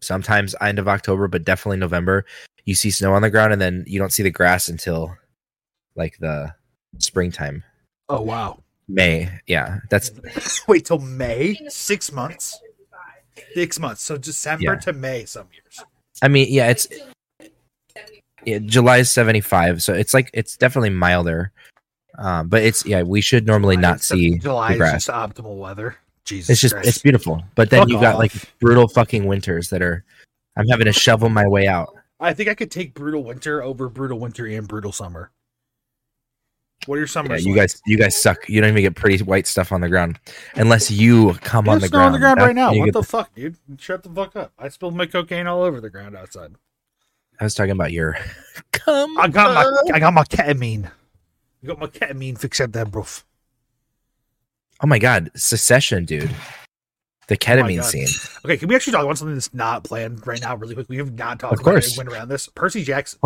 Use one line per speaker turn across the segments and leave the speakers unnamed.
sometimes end of October, but definitely November. You see snow on the ground, and then you don't see the grass until like the springtime,
Oh wow!
May. Yeah, that's
Wait till May. Six months. Six months. So December
Yeah.
to May. Some years.
I mean, yeah, it's yeah, July is 75, so it's like it's definitely milder. Um, but it's yeah, we should normally not
July-
see
July
the grass.
is just optimal weather. Jesus.
It's just
Christ.
it's beautiful. But then
Fuck
you've got like
off.
brutal fucking winters that are I'm having to shovel my way out.
I think I could take brutal winter over brutal winter and brutal summer. What are your
Yeah,
summers?
you
like?
guys you guys suck. You don't even get pretty white stuff on the ground unless you come on
There's
the
snow
ground.
on the ground
That's
right now.
when you
What
get
the fuck, dude? Shut the fuck up. I spilled my cocaine all over the ground outside.
I was talking about your come
I got
on.
my I got my ketamine. I got my ketamine fix up that bruv.
Oh my god, secession, dude. The ketamine
Oh God.
scene.
Okay, can we actually talk about something that's not planned right now, really quick? We have not talked
Of
about it.
course.
We went around this. Percy Jackson.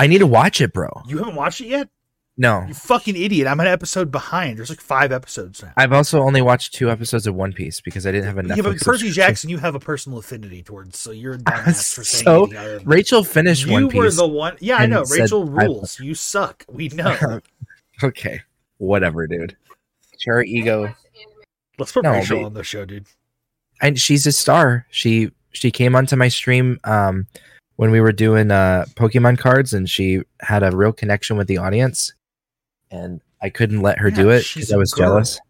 I need to watch it, bro.
You haven't watched it yet?
No.
You fucking idiot. I'm an episode behind. There's like five episodes now.
I've also only watched two episodes of One Piece because I didn't have enough.
yeah, but Percy Jackson, you have a personal affinity towards, so you're a dumbass for saying
So,
anything other than-
Rachel finished
You
One
were
Piece.
the one. Yeah, I
and
know.
said,
Rachel
"I-
rules. You suck. We know.
okay, whatever, dude. Her ego,
Let's put
No,
Rachel
but-
on the show, dude.
and she's a star. She she came onto my stream um when we were doing uh Pokemon cards, and she had a real connection with the audience. And I couldn't let her
Yeah,
do it
she's
because
a
I was
girl.
jealous.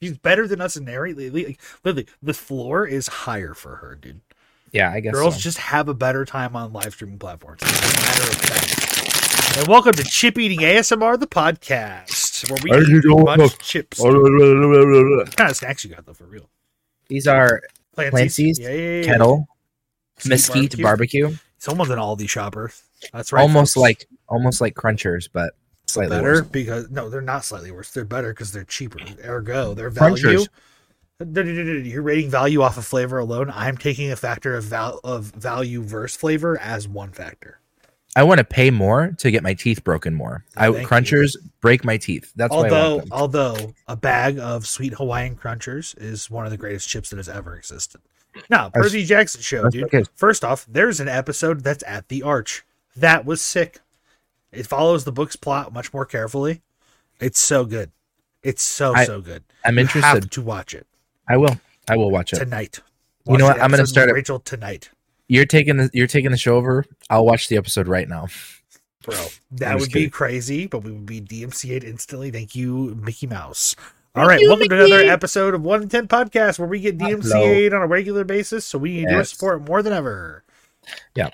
She's better than us in every. Literally, literally, the floor is higher for her, dude.
Yeah, I guess.
Girls
so.
just have a better time on live streaming platforms. It's a matter of fact. And welcome to Chip Eating ASMR, the podcast, where we
How did you Oh, go
eat bunch
look?
of chips. What
These
kind of snacks you got though, for real?
are Clancy's,
Yeah, yeah, yeah.
kettle,
Sweet
mesquite barbecue,
It's almost an Aldi shopper. That's right.
almost
folks.
like almost like crunchers, but slightly
better
worse.
because no, they're not slightly worse. They're better because they're cheaper. Ergo, their
Crunchers.
value. No, no, no, no, no. You're rating value off of flavor alone. I'm taking a factor of val- of value versus flavor as one factor.
I want to pay more to get my teeth broken more. I
Thank
crunchers break my teeth. That's why I
although,
want them.
although a bag of sweet Hawaiian crunchers is one of the greatest chips that has ever existed. Now,
That's-
Percy Jackson show,
that's
dude.
okay.
First off, there's an episode that's at the arch. That was sick. It follows the book's plot much more carefully. It's so good. It's so
I-
so good.
I'm
You
interested.
have to watch it
I will. I will watch it.
tonight.
You know
Watch
what?
the
I'm gonna
episode
start it-
with Rachel tonight,
You're taking the you're taking the show over. I'll watch the episode right now.
bro. That
I'm just
would be
kidding.
crazy, but we would be DMCA'd instantly. Thank you, Mickey Mouse. All right, welcome to another episode of One in Ten Podcast, where we get
Hello.
DMCA'd on a regular basis, so we need your
Yes.
support more than ever.
Yeah.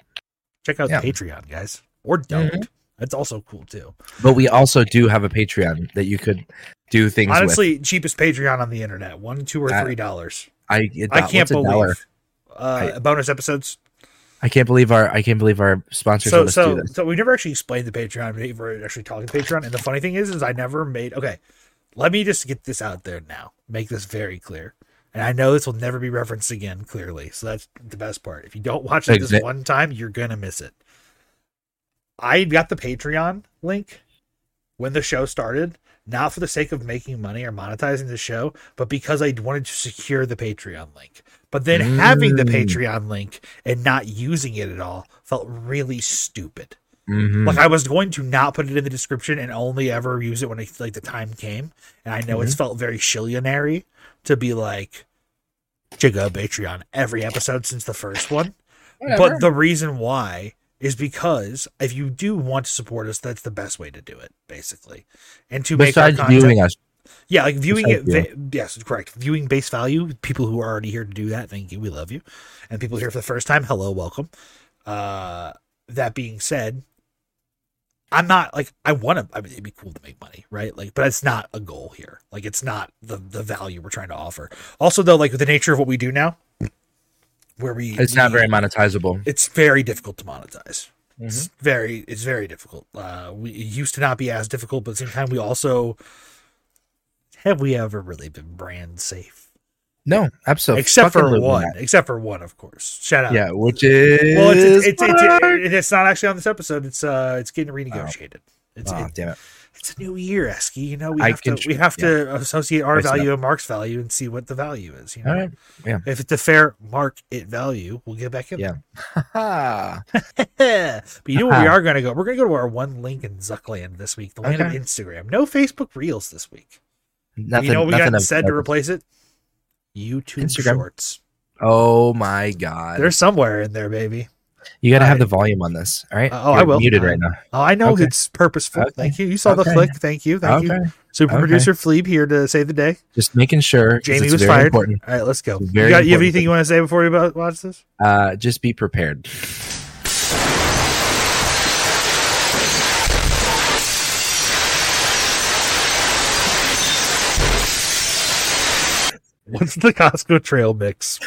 check out
Yeah.
the Patreon, guys, or don't. That's also cool too.
But we also do have a Patreon that you could do things with.
Honestly, cheapest Patreon on the internet, one, two, or
Uh,
three dollars.
I it-
I
what's
can't
a dollar?
believe. Uh, bonus episodes,
I can't believe our I can't believe our sponsors let
so
us
so
do this.
so we never actually explained the Patreon. We never actually talked to Patreon. And the funny thing is, is I never made. Okay, let me just get this out there now. Make this very clear. And I know this will never be referenced again. Clearly, so that's the best part. If you don't watch it this
Exa-
one time, you're gonna miss it. I got the Patreon link when the show started, not for the sake of making money or monetizing the show, but because I wanted to secure the Patreon link. But then having the
Mm.
Patreon link and not using it at all felt really stupid.
Mhm.
Like I was going to not put it in the description and only ever use it when it, like the time came. And I know it's
Mm-hmm.
felt very shillionary to be like check out Patreon every episode since the first one.
Whatever.
But the reason why is because if you do want to support us, that's the best way to do it, basically. And to
besides
make our content,
viewing us,
yeah, like viewing it.
Besides
Va- yes, correct. Viewing base value. People who are already here to do that. Thank you. We love you. And people here for the first time. Hello, welcome. Uh, that being said, I'm not like I want to. I mean, it'd be cool to make money, right? Like, but it's not a goal here. Like, it's not the the value we're trying to offer. Also, though, like with the nature of what we do now, where we
it's not
we-
very monetizable.
It's very difficult to monetize. It's
Mhm.
very it's very difficult. Uh, we it used to not be as difficult, but at the same time, we also have we ever really been brand safe?
No, absolutely.
except
fucking
for
losing
one,
that.
except for one, of course. Shout out.
Yeah, which is Oh.
Well, it's it's it's, it's, it's, it's not actually on this episode. It's uh, it's getting renegotiated. It's
Ah,
it-
damn it.
it's a new year, Esky. You know, we
I
have to
can-
we have to associate our
Price it
value and Mark's value and see what the value is. You know,
All right.
if it's a fair mark it value, we'll get back in.
Yeah. Ha-ha.
there. but you know what we
Uh-huh.
are going to go? We're going to go to our one link in Zuckland this week, the land of
Okay.
Instagram. No Facebook Reels this week. And
nothing.
you know what we
nothing
got
of-
instead to replace it? YouTube
Instagram.
Shorts.
Oh my god!
They're somewhere in there, baby.
you got to have
I-
the volume on this. All right.
Uh, oh, I
You're
will.
Muted right now.
Oh, I know
Okay.
it's purposeful.
Okay.
Thank you. You saw the
Okay.
flick. Thank you. Thank
okay.
you. Super
Okay.
producer Fleeb here to save the day.
Just making sure. 'cause
Jamie
it's
was
very
fired.
Important.
All right, let's go.
It's
You,
very
got, you have
important.
anything you want to say before we about- watch this?
Uh, just be prepared.
What's the Costco trail mix?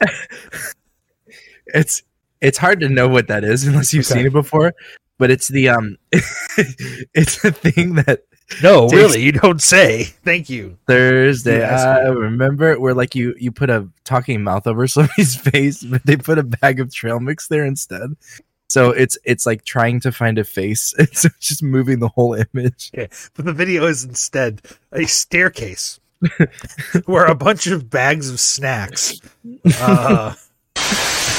It's it's hard to know what that is unless you've
Okay.
seen it before. But it's the um, it's a thing that
No,
Takes-
really, you don't say. Thank you.
Thursday.
Yes.
I remember where like you you put a talking mouth over somebody's face, but they put a bag of trail mix there instead. So it's it's like trying to find a face. It's just moving the whole image.
But the video is instead a staircase where a bunch of bags of snacks. Uh,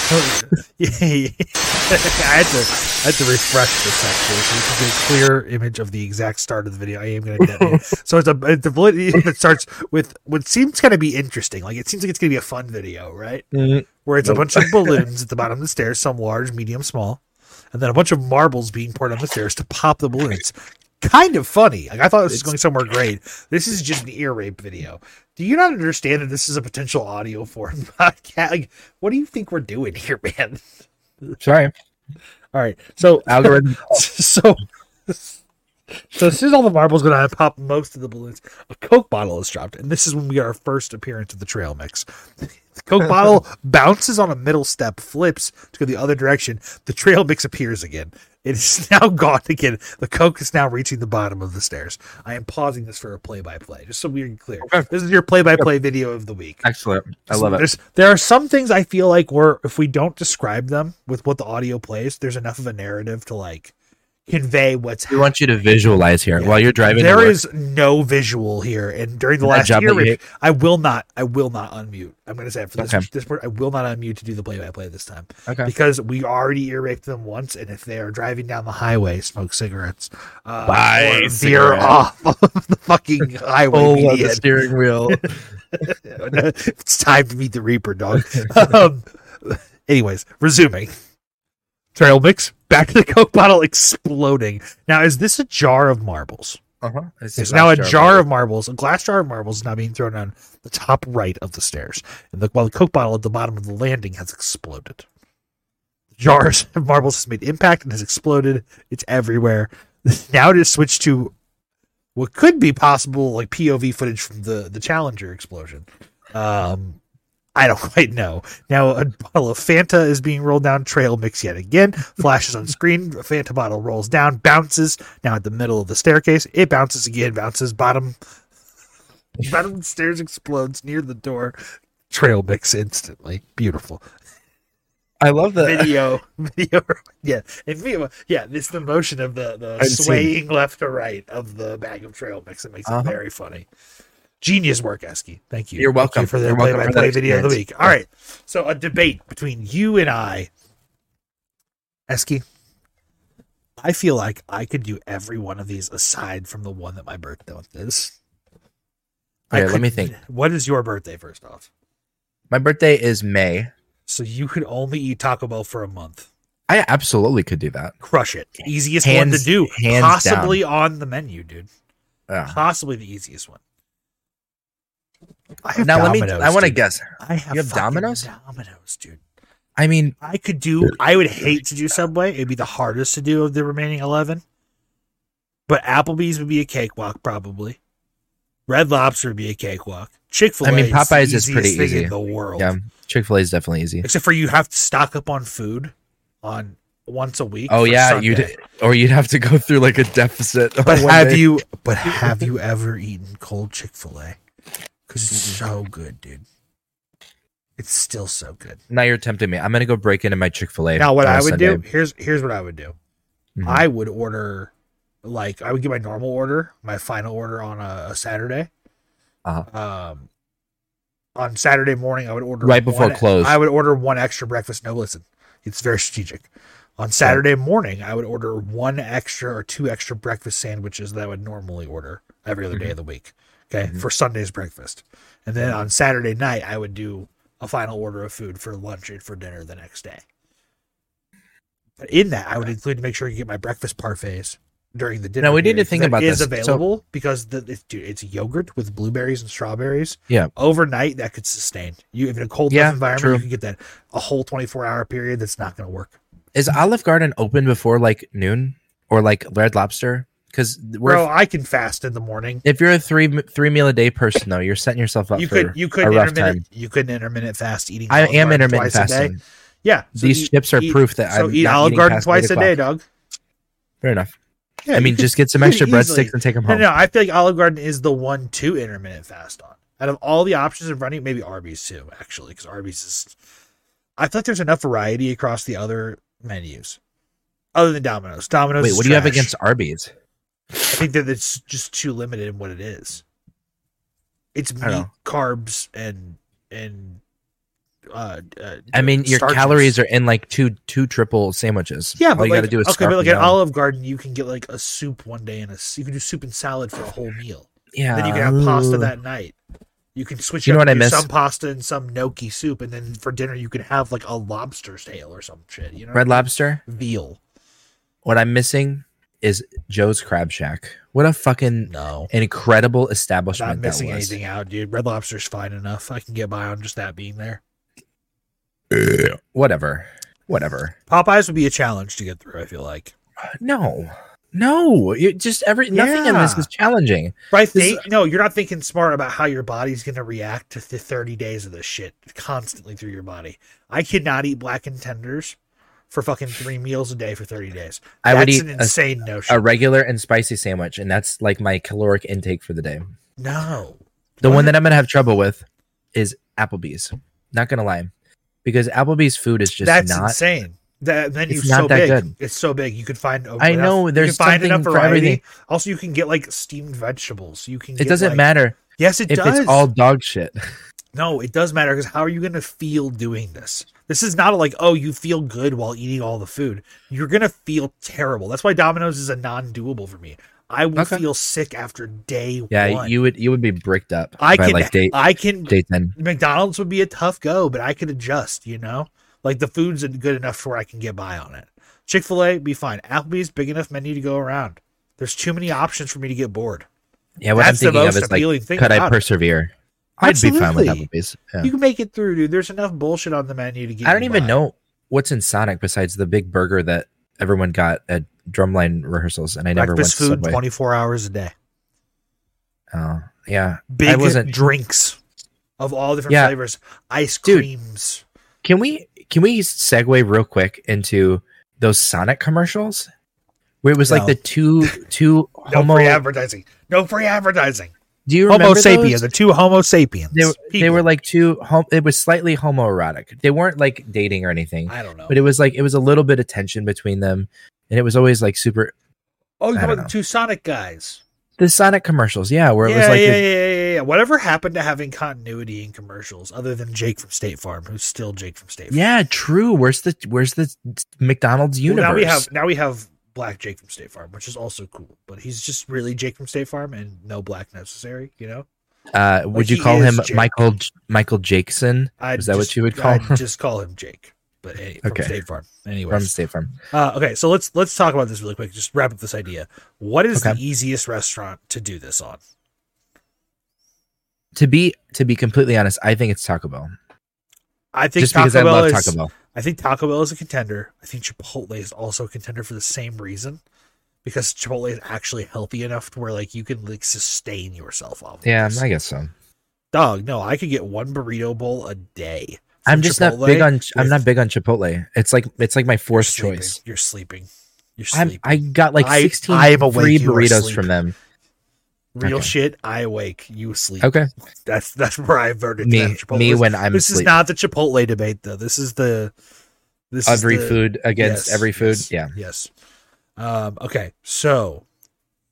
yeah, yeah. I had to I had to refresh this actually so you can get a clear image of the exact start of the video. I am gonna get it. So it's a it's a video that starts with what seems gonna be interesting. Like it seems like it's gonna be a fun video, right? where it's a
Nope.
bunch of balloons at the bottom of the stairs, some large, medium, small, and then a bunch of marbles being poured on the stairs to pop the balloons. Kind of funny. Like I thought this was
It's-
going somewhere great. This is just an ear rape video. Do you not understand that this is a potential audio form podcast? Like, what do you think we're doing here, man?
Sorry,
All right. So
algorithm.
so so as soon as all the marbles go down and pop most of the balloons, a Coke bottle is dropped, and this is when we get our first appearance of the trail mix. The Coke bottle bounces on a middle step, flips to go the other direction. The trail mix appears again. It is now gone again. The Coke is now reaching the bottom of the stairs. I am pausing this for a play by play, just so we are clear.
Okay.
This is your play by play video of the week.
Excellent. I love it.
There's, there are some things I feel like we're if we don't describe them with what the audio plays, there's enough of a narrative to like convey what's
We want you to visualize here
Yeah.
while you're driving.
There
to work.
is no visual here, and during the
That
last
job
year,
that you
review- I will not. I will not unmute. I'm going to say it for this
Okay.
this part. I will not unmute to do the play-by-play this time
okay.
because we already ear raped them once, and if they are driving down the highway, smoke cigarettes, uh,
Buy
or veer
cigarettes. Oh,
off of the fucking highway
Pull on the
median.
steering wheel.
it's time to meet the Reaper, dog. um, anyways, resuming. Trail mix back to the Coke bottle exploding. Now, is this a jar of marbles?
uh-huh.
There's now a jar of marbles, a glass jar of marbles, is now being thrown on the top right of the stairs, and the, while the Coke bottle at the bottom of the landing has exploded. The jars of marbles has made impact and has exploded. It's everywhere. Now it is switched to what could be possible, like POV footage from the the Challenger explosion. Um, I don't quite know. Now a bottle of Fanta is being rolled down trail mix yet again. Flashes on screen. A Fanta bottle rolls down, bounces now at the middle of the staircase. It bounces again, bounces bottom. bottom of the stairs explodes near the door. Trail mix instantly. Beautiful
I love the
video, video, yeah, and video, yeah. It's the motion of the the
I've seen.
swaying left to right of the bag of trail mix that makes
Uh-huh.
it very funny. Genius work, Esky. Thank you.
You're welcome.
Thank you for the
You're
play
welcome
by
for
play
that
video of the
experience.
week. All right, so a debate between you and I, Esky. I feel like I could do every one of these aside from the one that my birthday is. I
Okay, let
could-
me think.
What is your birthday? First off,
my birthday is May.
so you could only eat Taco Bell for a month.
I absolutely could do that.
crush it. Easiest one to
Hands-
do,
hands Uh-huh.
possibly on the menu, dude.
Yeah.
Possibly the easiest one. I
Now let me.
Domino's,
I want to
dude.
guess.
I have,
you have
fucking
Domino's?
Domino's, dude.
I mean,
I could do. I would hate to do Subway. It'd be the hardest to do of the remaining eleven. But Applebee's would be a cakewalk, probably. Red Lobster would be a cakewalk. Chick Fil A.
I mean, Popeyes is pretty easy.
in the world.
yeah, Chick Fil A is definitely easy.
Except for you have to stock up on food on once a week.
Oh
for
yeah,
Sunday.
you would or you'd have to go through like a deficit. on
But
one
have
day.
you? But have you ever eaten cold Chick Fil A? Because it's so good, dude. It's still so good.
Now you're tempting me. I'm gonna go break into my Chick Fil A.
Mm-hmm.
Now, what I would do here's here's what I would do.
Mhm.
I would order Like I would get my normal order, my final order on a, a Saturday. Uh-huh. Um, on Saturday morning, I would order
Right before
one-
close.
I would order one extra breakfast. No, listen, it's very strategic. On Saturday morning, I would order one extra or two extra breakfast sandwiches that I would normally order every other
Mm-hmm.
day of the week. Okay,
Mhm.
for Sunday's breakfast, and then on Saturday night, I would do a final order of food for lunch and for dinner the next day. But in that, I would include to make sure you get my breakfast parfaits during the dinner.
Now, we need to
period, 'cause
think
that
about
is
this. So-
available because the, it's, dude, it's yogurt with blueberries and strawberries.
Yeah.
overnight that could sustain you. If in a cold
Yeah,
enough environment,
true.
you can get that a whole twenty four hour period. That's not going to work.
Is Olive Garden open before like noon or like Red Lobster? Because we're
Bro, I can fast in the morning.
if you're a three three meal a day person though, you're setting yourself up
You
for
could you could
a rough
intermittent you could intermittent fast eating.
I
Olive
am
Garden
intermittent
twice a day.
fasting.
Yeah, so
These
eat-
chips are
eat-
proof that
So
I'm
eat
not
Olive
eating
Garden
past
twice
eight
a day, dog.
Fair enough.
Yeah,
I
you
mean,
could-
just get some
you could
extra breadsticks
easily-
and take them
No,
home.
no, I feel like Olive Garden is the one to intermittent fast on. Out of all the options of running, maybe Arby's too, actually, because Arby's is. I feel like there's enough variety across the other menus, other than Domino's. Domino's.
Wait,
is
what do you have
trash.
against Arby's?
I think that it's just too limited in what it is. It's meat,
I don't know.
carbs, and and. Uh, uh,
I mean, your
starches.
calories are in like two two triple sandwiches.
Yeah,
All
but
you
like,
got to do is
okay,
scarf
but like
them
at
down.
Olive Garden, you can get like a soup one day and a s- you can do soup and salad for a whole meal.
yeah.
Then you can have pasta that night. You can switch.
You
it
know
up
what
and
I
do
miss?
Some pasta and some gnocchi soup, and then for dinner you can have like a lobster's tail or some shit. You know,
Red Lobster.
veal.
What I'm missing is Joe's Crab Shack. What a fucking
No,
incredible
I'm not
establishment that was.
missing anything out, dude. Red lobster's fine enough. I can get by on just that being there.
Whatever. Whatever.
Popeyes would be a challenge to get through. I feel like.
No. No. You just every nothing in this
Yeah.
is challenging.
But I
This-
think no, you're not thinking smart about how your body's going to react to the 30 days of this shit constantly through your body. I could not eat blackened tenders for fucking three meals a day for 30 days.
I would
That's
eat
an
a-
insane notion.
a regular and spicy sandwich, and that's like my caloric intake for the day.
no,
The
What?
one that I'm gonna have trouble with is Applebee's. Not gonna lie, because Applebee's food is just
that's
not.
insane. That menu's
It's not
so
that
big.
good.
It's so big. You could find. a-
I
enough-
know,
you
there's
can find
something
enough
for
variety.
everything.
Also, you can get like steamed vegetables. You can.
It
get,
doesn't
like-
matter
Yes, it
if
does.
it's all dog shit.
No, it does matter because how are you going to feel doing this? This is not like, oh, you feel good while eating all the food. You're going to feel terrible. That's why Domino's is a non doable for me. I will
Okay.
feel sick after day
Yeah,
one.
you would you would be bricked up.
I
by
can,
like date
I can,
date then.
McDonald's would be a tough go, but I could adjust, you know? Like the food's good enough where I can get by on it. Chick fil A, be fine. Applebee's, big enough menu to go around. There's too many options for me to get bored.
Yeah, what I'm
That's the
thinking of
most
is
appealing
like,
thing
could I
about it.
persevere? I'd be fine with
Absolutely.
Applebee's. Yeah.
You can make it through, dude. There's enough bullshit on the menu to get
I
you
don't even
by.
know what's in Sonic besides the big burger that everyone got at drumline rehearsals, and I never
Breakfast
went to
food
Subway.
24 hours a day.
Oh, yeah.
big
I wasn't-
drinks of all different
Yeah.
flavors, ice
Dude.
creams.
Can we can we segue real quick into those Sonic commercials? Where it was like
No.
the two two
No
homo.
free advertising. No free advertising.
do you remember
Homo
those?
sapiens. The two Homo sapiens.
They, were- they
People.
were like two. Hom- it was slightly homoerotic. They weren't like dating or anything,
I don't know.
but it was like it was a little bit of tension between them, and it was always like super
oh, you
I
know
don't
the
know.
two Sonic guys.
the Sonic commercials. Yeah, where it
yeah,
was like
yeah,
the-
yeah, yeah, yeah. Whatever happened to having continuity in commercials, other than Jake from State Farm, who's still Jake from State Farm.
yeah, true. Where's the where's the McDonald's
Well,
universe?
now we have now we have Black Jake from State Farm, which is also cool. But he's just really Jake from State Farm, and no black necessary. You know.
uh, would
like,
you
he
call
is
him
Jake.
Michael Michael Jackson
i
Is that what you would call
I'd
him?
just call him Jake, but hey, from
Okay.
State Farm.
from
Anyways,
State Farm?
uh, okay, so let's let's talk about this really quick. Just wrap up this idea. What is
Okay.
the easiest restaurant to do this on?
To be to be completely honest, I think it's Taco Bell.
I think
Just
Taco
because I
Bell
love
is.
Taco Bell.
I think Taco Bell is a contender. I think Chipotle is also a contender for the same reason, because Chipotle is actually healthy enough to where like you can like sustain yourself off. of
Yeah,
this.
I guess so.
dog. No, I could get one burrito bowl a day.
I'm
from
just
Chipotle.
not big on I'm
with-
not big on Chipotle. It's like it's like my
You're
fourth
sleeping.
choice.
You're sleeping. You're
I'm,
sleeping.
I got like
I-
16
I am awake,
free
you are
burritos
asleep.
from them.
Real
okay.
shit. I awake. You sleep.
Okay,
That's that's where I voted. to
me
have Chipotle.
me
This-
when I'm
this is
asleep.
not the Chipotle debate though. This is the this is
every
the-
food against
yes,
every food.
yes,
Yeah,
Yes. Um, okay. So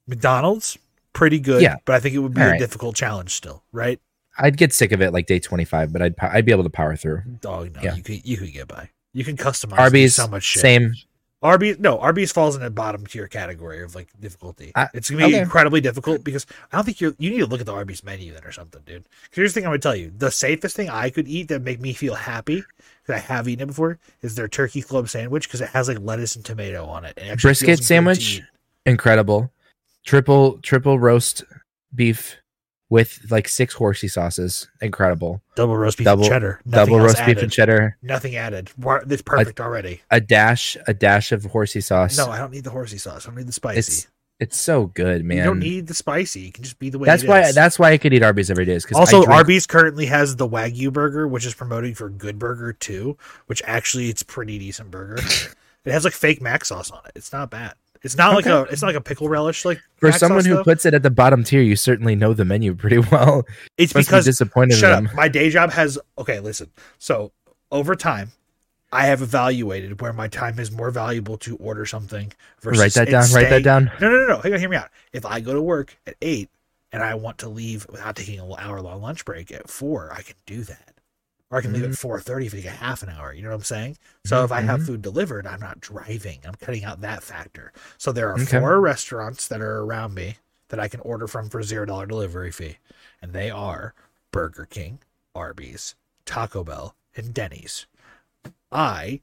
McDonald's, pretty good.
Yeah.
But I think it would be
All
a
right.
difficult challenge still, right?
I'd get sick of it like day 25, but I'd, pow- I'd be able to power through.
Dog, no,
Yeah.
you could you could get by. You can customize
Arby's,
so much shit.
same.
Arby's, no, Arby's falls in the bottom tier category of like difficulty.
I-
it's gonna be
okay.
incredibly difficult because I don't think you're. You need to look at the Arby's menu then or something, dude. 'Cause Here's the thing I'm gonna tell you: the safest thing I could eat that make me feel happy because I have eaten it before is their turkey club sandwich because it has like lettuce and tomato on it. And it actually
Brisket
feels good to
sandwich?
eat.
Incredible. Triple, triple roast beef with like six horsey sauces. Incredible.
double roast beef
Double-
and cheddar, nothing
Double
else
roast beef
added.
and cheddar.
Nothing added. Wa- That's perfect already.
A dash, a dash of horsey sauce.
No, I don't need the horsey sauce. I don't need the spicy.
it's it's so good, man.
You don't need the spicy. You can just be the way.
that's
it
why
is.
that's why I could eat Arby's every day. Is because
also
I drink-
Arby's currently has the Wagyu burger, which is promoting for Good Burger too, which actually it's pretty decent burger. it has like fake mac sauce on it. It's not bad. It's not like a
Okay.
it's not like a pickle relish like
for
mac
someone
sauce,
who
though.
puts it at the bottom tier, you certainly know the menu pretty well.
it's
Must be
because
disappointed in
Shut
them.
up. My day job has okay. Listen. So over time, I have evaluated where my time is more valuable to order something versus
Write that
it
down. Write that
staying-
down.
No, no, no, no. Hang on, hear me out. If I go to work at eight and I want to leave without taking an hour long lunch break at four, I can do that. Or I can leave at four thirty if I take a half an hour. You know what I'm saying? So if I have
Mhm.
food delivered, I'm not driving. I'm cutting out that factor. So there are
Okay.
four restaurants that are around me that I can order from for zero dollar delivery fee, and they are Burger King, Arby's, Taco Bell, and Denny's. I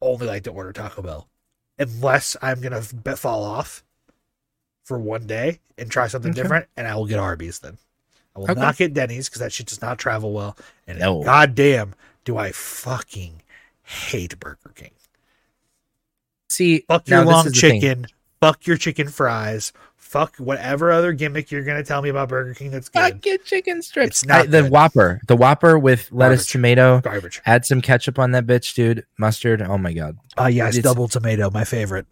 only like to order Taco Bell unless I'm gonna f- be- fall off for one day and try something
Okay.
different, and I will get Arby's then. I will
Okay.
not get Denny's because that shit does not travel well. And
No.
goddamn, do I fucking hate Burger King.
See,
Fuck your
now this
long
is the thing.
chicken. Fuck your chicken fries. Fuck whatever other gimmick you're gonna tell me about Burger King that's good.
Fucking chicken strips.
It's not
I- the
good.
Whopper, the Whopper with lettuce,
Garbage.
tomato.
Garbage.
Add some ketchup on that bitch, dude. Mustard. Oh my god.
Oh yes,
It's-
double tomato, my favorite.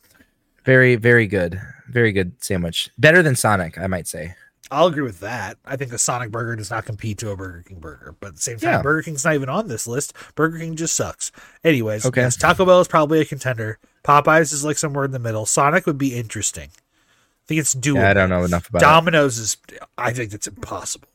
Very, very good. Very good sandwich. Better than Sonic, I might say.
I'll agree with that. I think a Sonic burger does not compete to a Burger King burger, but at the same time,
Yeah.
Burger King's not even on this list. Burger King just sucks. Anyways,
Okay.
yes, Taco Bell is probably a contender. Popeyes is like somewhere in the middle. Sonic would be interesting. I think it's doable.
Yeah, I don't know enough about it.
Domino's is. I think that's impossible.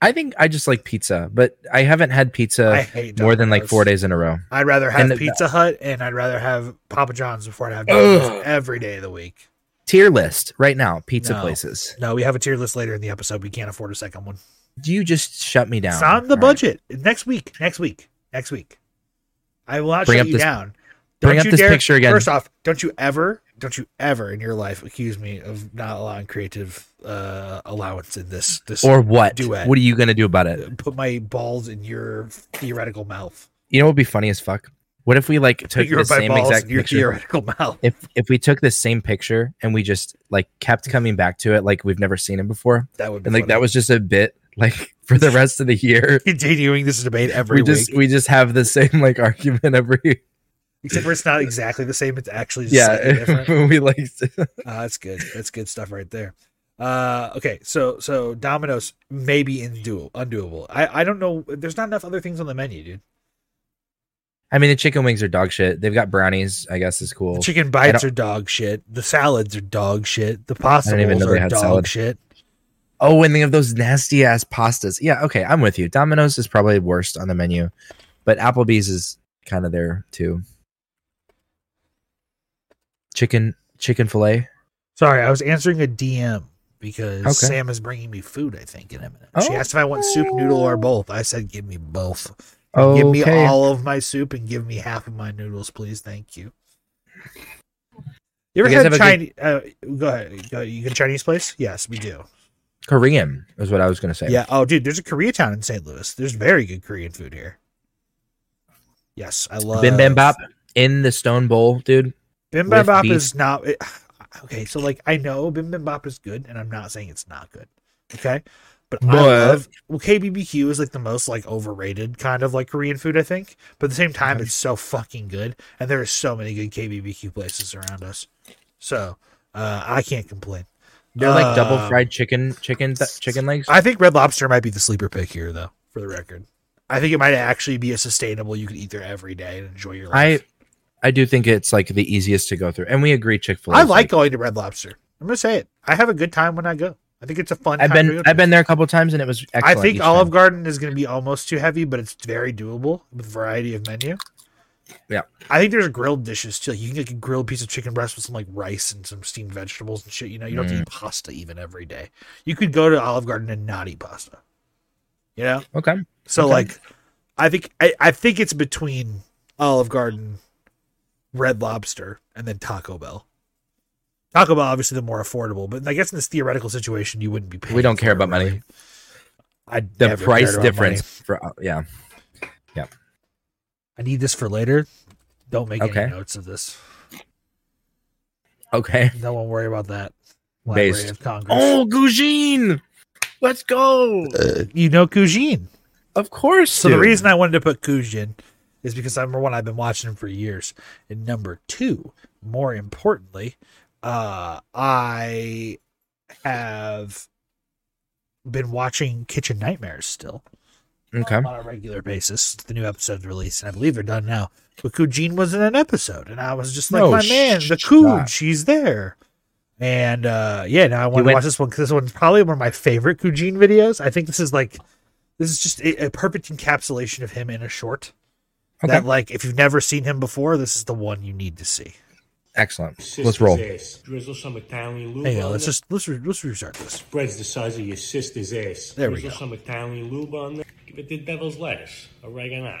I think I just like pizza, but I haven't had
I
pizza
hate
Uh, more than like
Domino's.
four days in a row.
I'd rather have
And the-
Pizza Hut and I'd rather have Papa John's before I'd have
Ugh.
Domino's every day of the week.
Tier list right now, pizza
No.
places.
No, we have a tier list later in the episode. We can't afford a second one.
Do you just shut me down?
It's not in the
All right.
budget. Next week. Next week. Next week. I will not
Bring
shut
up
you
this-
down.
bring
Don't
up
you
this
dare-
picture again.
First off, don't you ever, don't you ever in your life accuse me of not allowing creative uh, allowance in this. This
Or what?
Duet.
What are you gonna do about it?
put my balls in your theoretical mouth.
You know what would be funny as fuck? What if we like took
your
the same exact
in your
picture?
theoretical mouth.
If if we took the same picture and we just like kept coming back to it like we've never seen it before,
That would be
and like
funny.
that was just a bit like for the rest of the year,
continuing this debate
we
every
just
week.
we just have the same like argument every
Except for it's not exactly the same. It's actually just slightly
yeah.
different.
we like
Uh, that's good. That's good stuff right there. Uh, okay, so so Domino's may be undoable. undoable. I I don't know. There's not enough other things on the menu, dude.
I mean the chicken wings are dog shit. They've got brownies. I guess is
The
cool.
chicken
I
bites are dog shit. The salads are dog shit. The pasta
even
bowls
know they
are
had
dog
salad.
shit.
Oh, and they have those nasty ass pastas. Yeah, okay, I'm with you. Domino's is probably worst on the menu, but Applebee's is kind of there too. Chicken chicken fillet.
Sorry, I was answering a DM because
Okay.
Sam is bringing me food. I think in a minute. She
Oh.
asked if I want soup, noodle, or both. I said, give me both.
Oh,
Give me all of my soup and give me half of my noodles, please. Thank you. You ever
You guys
had
have a
Chinese? Uh, go ahead. Go, you get a Chinese place? Yes, we do.
Korean is what I was gonna say.
Yeah. Oh, dude, there's a Koreatown in St. Louis. There's very good Korean food here. Yes, I love
Bim Bam Bop in the Stone Bowl, dude.
Bim Bam
with
Bop
beef.
is not it- okay. So like, I know Bim Bam Bop is good, and I'm not saying it's not good. Okay, but, I
But-
love well KBBQ is like the most like overrated kind of like Korean food I think. But at the same time,
Mhm.
it's so fucking good, and there are so many good KBBQ places around us. So uh, I can't complain.
They're like double
Um,
fried chicken, chicken, chicken legs.
I think Red Lobster might be the sleeper pick here, though. For the record, I think it might actually be a sustainable. You could eat there every day and enjoy your
I,
life.
I do think it's like the easiest to go through, and we agree. Chick Fil A.
I like going to Red Lobster. I'm gonna say it. I have a good time when I go. I think it's a fun.
I've
time to
been
go to.
I've been there a couple times and it was
I
excellent.
think
each
Olive
time.
Garden is going to be almost too heavy, but it's very doable with variety of menu.
Yeah.
I think there's grilled dishes too. Like you can get a grilled piece of chicken breast with some like rice and some steamed vegetables and shit. You know, you don't have to
Mm.
eat pasta even every day. You could go to Olive Garden and not eat pasta. You know,
Okay.
so
Okay.
like, I think I, I think it's between Olive Garden, Red Lobster, and then Taco Bell. Taco Bell obviously the more affordable, but I guess in this theoretical situation you wouldn't be paying.
We don't care
for it,
about money.
really. I
The
never cared
price
about
difference
money.
for uh, yeah.
I need this for later. Don't make
Okay.
any notes of this.
Okay.
No one worry about that.
Based.
of Congress.
Oh, Gugine. Let's go.
you know Kujin.
Of course.
So the
dude.
reason I wanted to put Kujin is because number one, I've been watching him for years, and number two, more importantly, uh, I have been watching Kitchen Nightmares still
Okay.
on a regular basis. The new episodes released, and I believe they're done now. But Kujin was in an episode, and I was just like,
No
my man,
shot.
the Kuj, he's there. And uh, yeah, now I want to
went-
watch this one because this one's probably one of my favorite Kujin videos. I think this is like, this is just a, a perfect encapsulation of him in a short.
Okay.
That like, if you've never seen him before, this is the one you need to see.
Excellent.
sister's
Let's roll.
ass. Drizzle some Italian lube.
Hang on,
on
let's
there.
just let's re- let's restart this.
spreads the size of your sister's ass.
There we
Drizzle
go.
some Italian lube on there. Give it the devil's lettuce, oregano,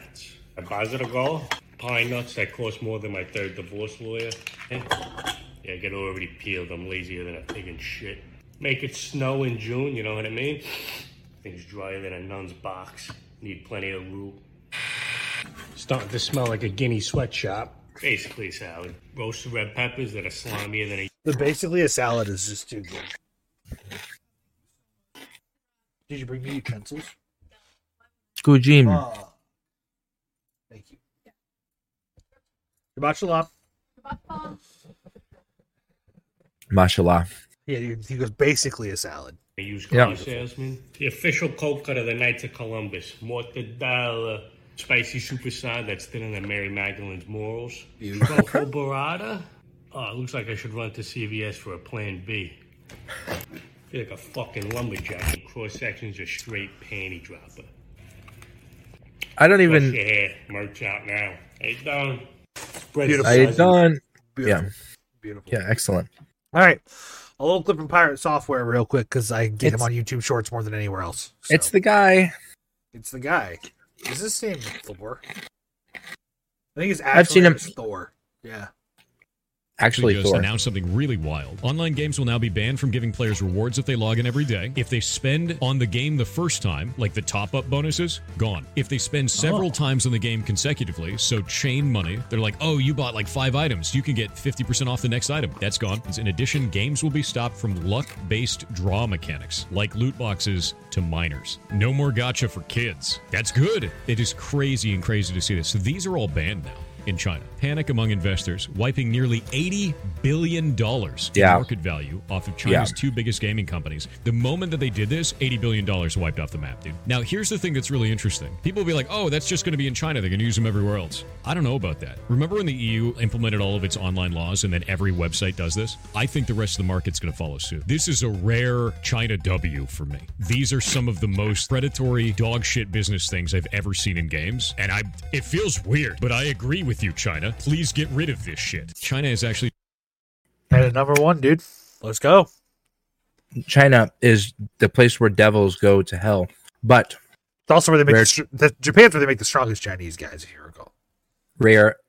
a buzzer go, pine nuts that cost more than my third divorce lawyer. Hey. Yeah, I get already peeled. I'm lazier than a pig in shit. Make it snow in June. You know what I mean? Things drier than a nun's box. Need plenty of lube. Starting to smell like a guinea sweatshop. Basically, salad. Roasted red peppers that are slimier than a
The basically a salad is just too good. Did you bring me utensils?
Gugine.
Oh. Thank you. Hibachi lap.
Mashallah.
Yeah, he he goes basically a salad.
A used
Yeah.
car salesman. The official cold cut of the Knights of Columbus. Mortadella. Spicy superside that's thinner than Mary Magdalene's morals. Truffle burrata. Oh, it looks like I should run to CVS for a plan B. Feel like a fucking lumberjack. Cross sections a straight panty dropper.
I don't
What's
even
your hair? Merch out now. Hey, Don. Spread
Beautiful.
I don't
Beautiful.
Yeah.
Beautiful.
yeah, excellent.
All right. A little clip from Pirate Software real quick because I get him
It's-
on YouTube Shorts more than anywhere else. So,
It's the guy.
it's the guy. Is this name Thor? I think his actual
I've seen
name
him-
is Thor. Yeah.
Actually
just
Thor.
announced something really wild. Online games will now be banned from giving players rewards if they log in every day. If they spend on the game the first time, like the top up bonuses, gone. If they spend
Oh.
several times on the game consecutively, so chain money, they're like, oh, you bought like five items. You can get 50% off the next item. That's gone. In addition, games will be stopped from luck based draw mechanics, like loot boxes to minors. No more gotcha for kids. That's good. It is crazy and crazy to see this. These are all banned now in China. Panic among investors, wiping nearly $80 billion
Yeah.
in market value off of China's
Yeah.
two biggest gaming companies. The moment that they did this, $80 billion wiped off the map, dude. Now, here's the thing that's really interesting. People will be like, oh, that's just going to be in China. They're going to use them everywhere else. I don't know about that. Remember when the EU implemented all of its online laws and then every website does this? I think the rest of the market's going to follow suit. This is a rare China W for me. These are some of the most predatory dog shit business things I've ever seen in games. And I it feels weird, but I agree with you, China. Please get rid of this shit. China is actually
And at number one, dude. Let's go.
China is the place where devils go to hell. But
It's also where they make
Rare-
the, str- the, Japan's where they make the strongest Chinese guys, if you recall.
rare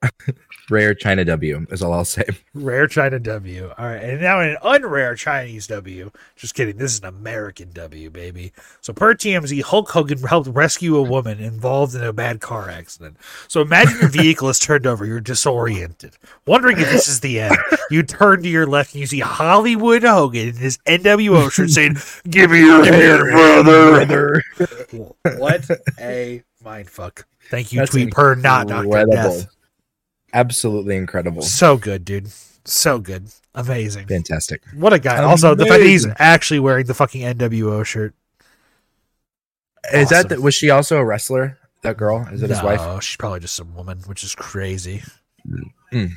rare China W is all I'll say.
Rare China W. All right. And now an unrare Chinese W. Just kidding. This is an American W, baby. So, per TMZ, Hulk Hogan helped rescue a woman involved in a bad car accident. So, imagine your vehicle is turned over. You're disoriented, wondering if this is the end. You turn to your left and you see Hollywood Hogan in his NWO shirt saying, Give me your hand, brother. What a mindfuck. Thank you,
That's
Tweet Per, not Dr. Death.
Absolutely incredible.
So good, dude. So good. Amazing.
Fantastic.
What a guy. Also, the fact that he's
Amazing.
actually wearing the fucking NWO shirt.
Is that
Awesome.
the, was she also a wrestler? That girl? Is it his wife?
No, she's probably just some woman, which is crazy.
Mm.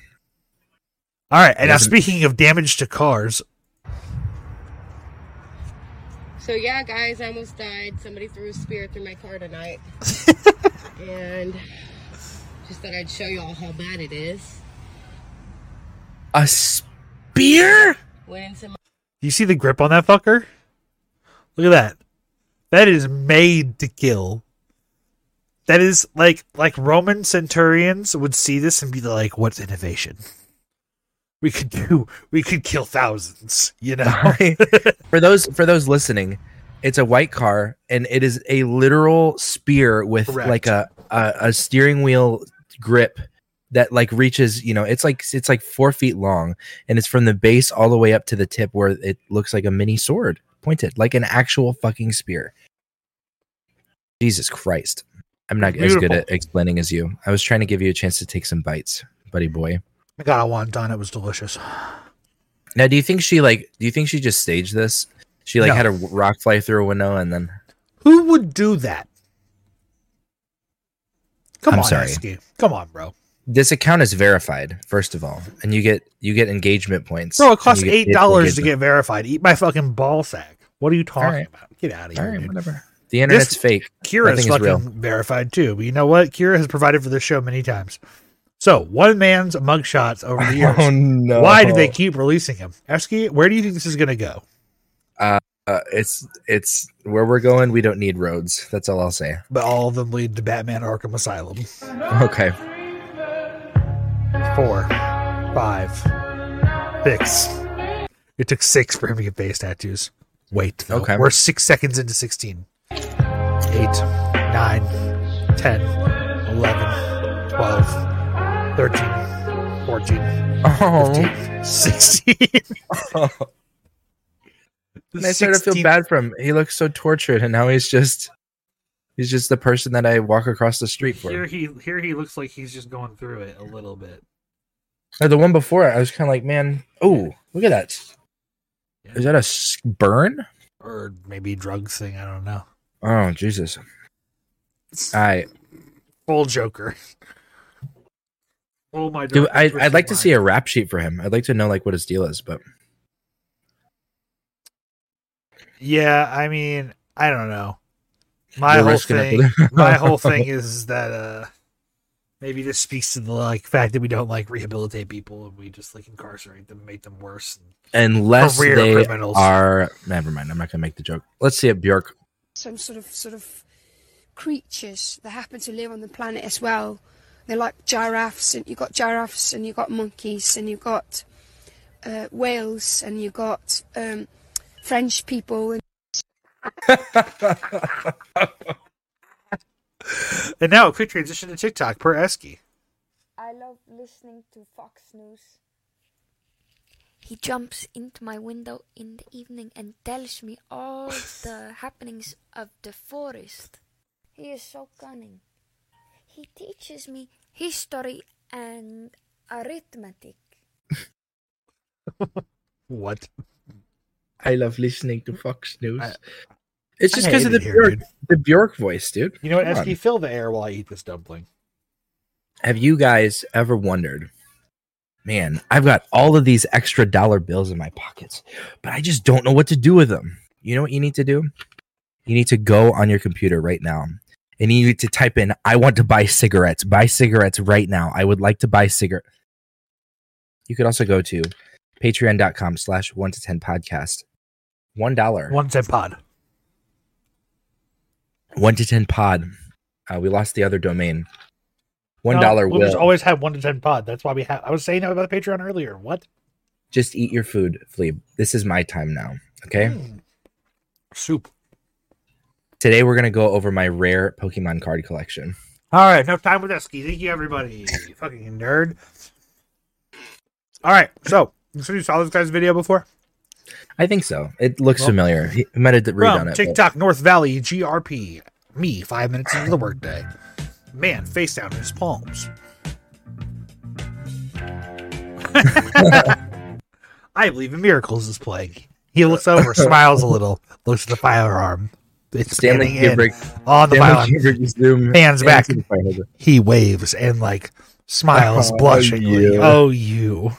All right. And now,
Doesn't-
speaking of damage to cars,
So yeah, guys, I almost died. Somebody threw a spear through my car tonight, and just thought I'd show y'all how bad it is.
A spear?
Went into my
You see the grip on that fucker? Look at that. That is made to kill. That is like like Roman centurions would see this and be like, "What's innovation? We could do. We could kill thousands. You know."
for those for those listening, it's a white car and it is a literal spear with
Correct.
like a, a a steering wheel grip that like reaches, you know, it's like it's like four feet long and it's from the base all the way up to the tip where it looks like a mini sword pointed, like an actual fucking spear. Jesus Christ. I'm not as
Beautiful.
good at explaining as you. I was trying to give you a chance to take some bites, buddy boy.
I got a one done. It was delicious.
Now, do you think she like? Do you think she just staged this? She like
No.
had a rock fly through a window and then
Who would do that? Come
I'm
on,
sorry.
Eskew. Come on, bro.
this account is verified first of all, and you get you get engagement points.
Bro, it
and
costs
you get paid for
eight dollars to
engagement.
get verified. Eat my fucking ball sack. What are you talking
right.
about? Get out of here,
All right,
dude.
whatever. The internet's fake.
Kira is
Nothing is
fucking
real.
verified too. But you know what? Kira has provided for this show many times. So one man's mugshots over the years.
Oh, no!
Why do they keep releasing him? Esky, where do you think this is gonna go?
Uh, it's it's where we're going. We don't need roads. That's all I'll say.
But all of them lead to Batman Arkham Asylum.
Okay.
Four, five, six. It took six for him to get face tattoos. Wait, though.
Okay.
We're six seconds into sixteen. Eight, nine, ten, eleven, twelve, thirteen, fourteen.
Oh,
16.
and I started to feel bad for him. He looks so tortured, and now he's just he's just the person that I walk across the street for.
Here he here he looks like he's just going through it a little bit.
Now, the one before, I was kind of like, man, oh, look at that. Is
Yeah.
that a s- burn?
Or maybe drugs thing, I don't know.
Oh, Jesus. All right.
Full Joker. Oh my
Do, I, I'd like to see a rap sheet for him. I'd like to know like what his deal is, but
Yeah, I mean, I don't know. My
We're
whole
risking it.
thing my whole thing is that uh maybe this speaks to the like fact that we don't like rehabilitate people and we just like incarcerate them, make them worse and
unless
Career
they
criminals.
are, never mind. I'm not gonna make the joke. Let's see it, Bjork.
some sort of sort of creatures that happen to live on the planet as well. They're like giraffes, and you've got giraffes, and you've got monkeys, and you've got uh, whales, and you've got um, French people, and
And now a quick transition to TikTok per Esky.
I love listening to Fox News. He jumps into my window in the evening and tells me all the happenings of the forest. He is so cunning. He teaches me history and arithmetic.
What?
I love listening to Fox News.
I-
it's
I
just because
hate
of the
it here,
Bjork,
dude.
the Bjork voice, dude.
You know what,
Come on.
Esky? Fill the air while I eat this dumpling.
Have you guys ever wondered, man, I've got all of these extra dollar bills in my pockets, but I just don't know what to do with them? You know what you need to do? You need to go on your computer right now and you need to type in, I want to buy cigarettes. Buy cigarettes right now. I would like to buy cigarette. You could also go to patreon.com slash one to 10 podcast. One dollar.
One ten pod.
One to 10 pod. Uh, we lost the other domain. One
No,
dollar
we
will.
just Oh, always have one to ten pod. That's why we have. I was saying that about Patreon earlier. What?
just eat your food, Fleeb. This is my time now. Okay.
Mm. Soup.
Today we're gonna go over my rare Pokemon card collection.
All right, no time with Esky. Thank you, everybody. You Fucking nerd. All right, so so you saw this guy's video before
I think so. It looks
Well-
familiar. He I might have redone
from
it. but-
TikTok North Valley GRP. Me five minutes into the workday. Man, face down in his palms. I believe in miracles is playing. He looks over, smiles a little, looks at the firearm. It's
Stanley
standing in
Kubrick-
on the
Stanley
firearm.
Kubrick just zoomed-
Hands
zoomed
back.
to the firearm.
He waves and like smiles
Oh,
blushingly.
you.
Oh, you.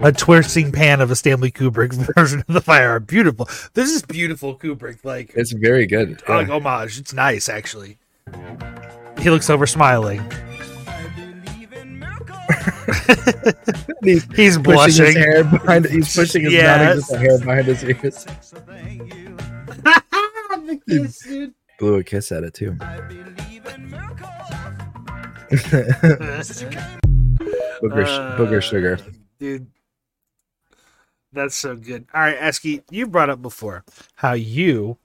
a twisting pan of a Stanley Kubrick version of the firearm. Beautiful. This is beautiful Kubrick. Like,
It's very good.
I like
Yeah.
homage. It's nice, actually. He looks over smiling.
He's
He's
pushing his
blushing.
hair behind. He's pushing his
Yes.
non-existent hair behind his ears. Blew a kiss at it too. Booger, sh
Uh,
booger sugar.
Dude. That's so good. All right, Esky, you brought up before how you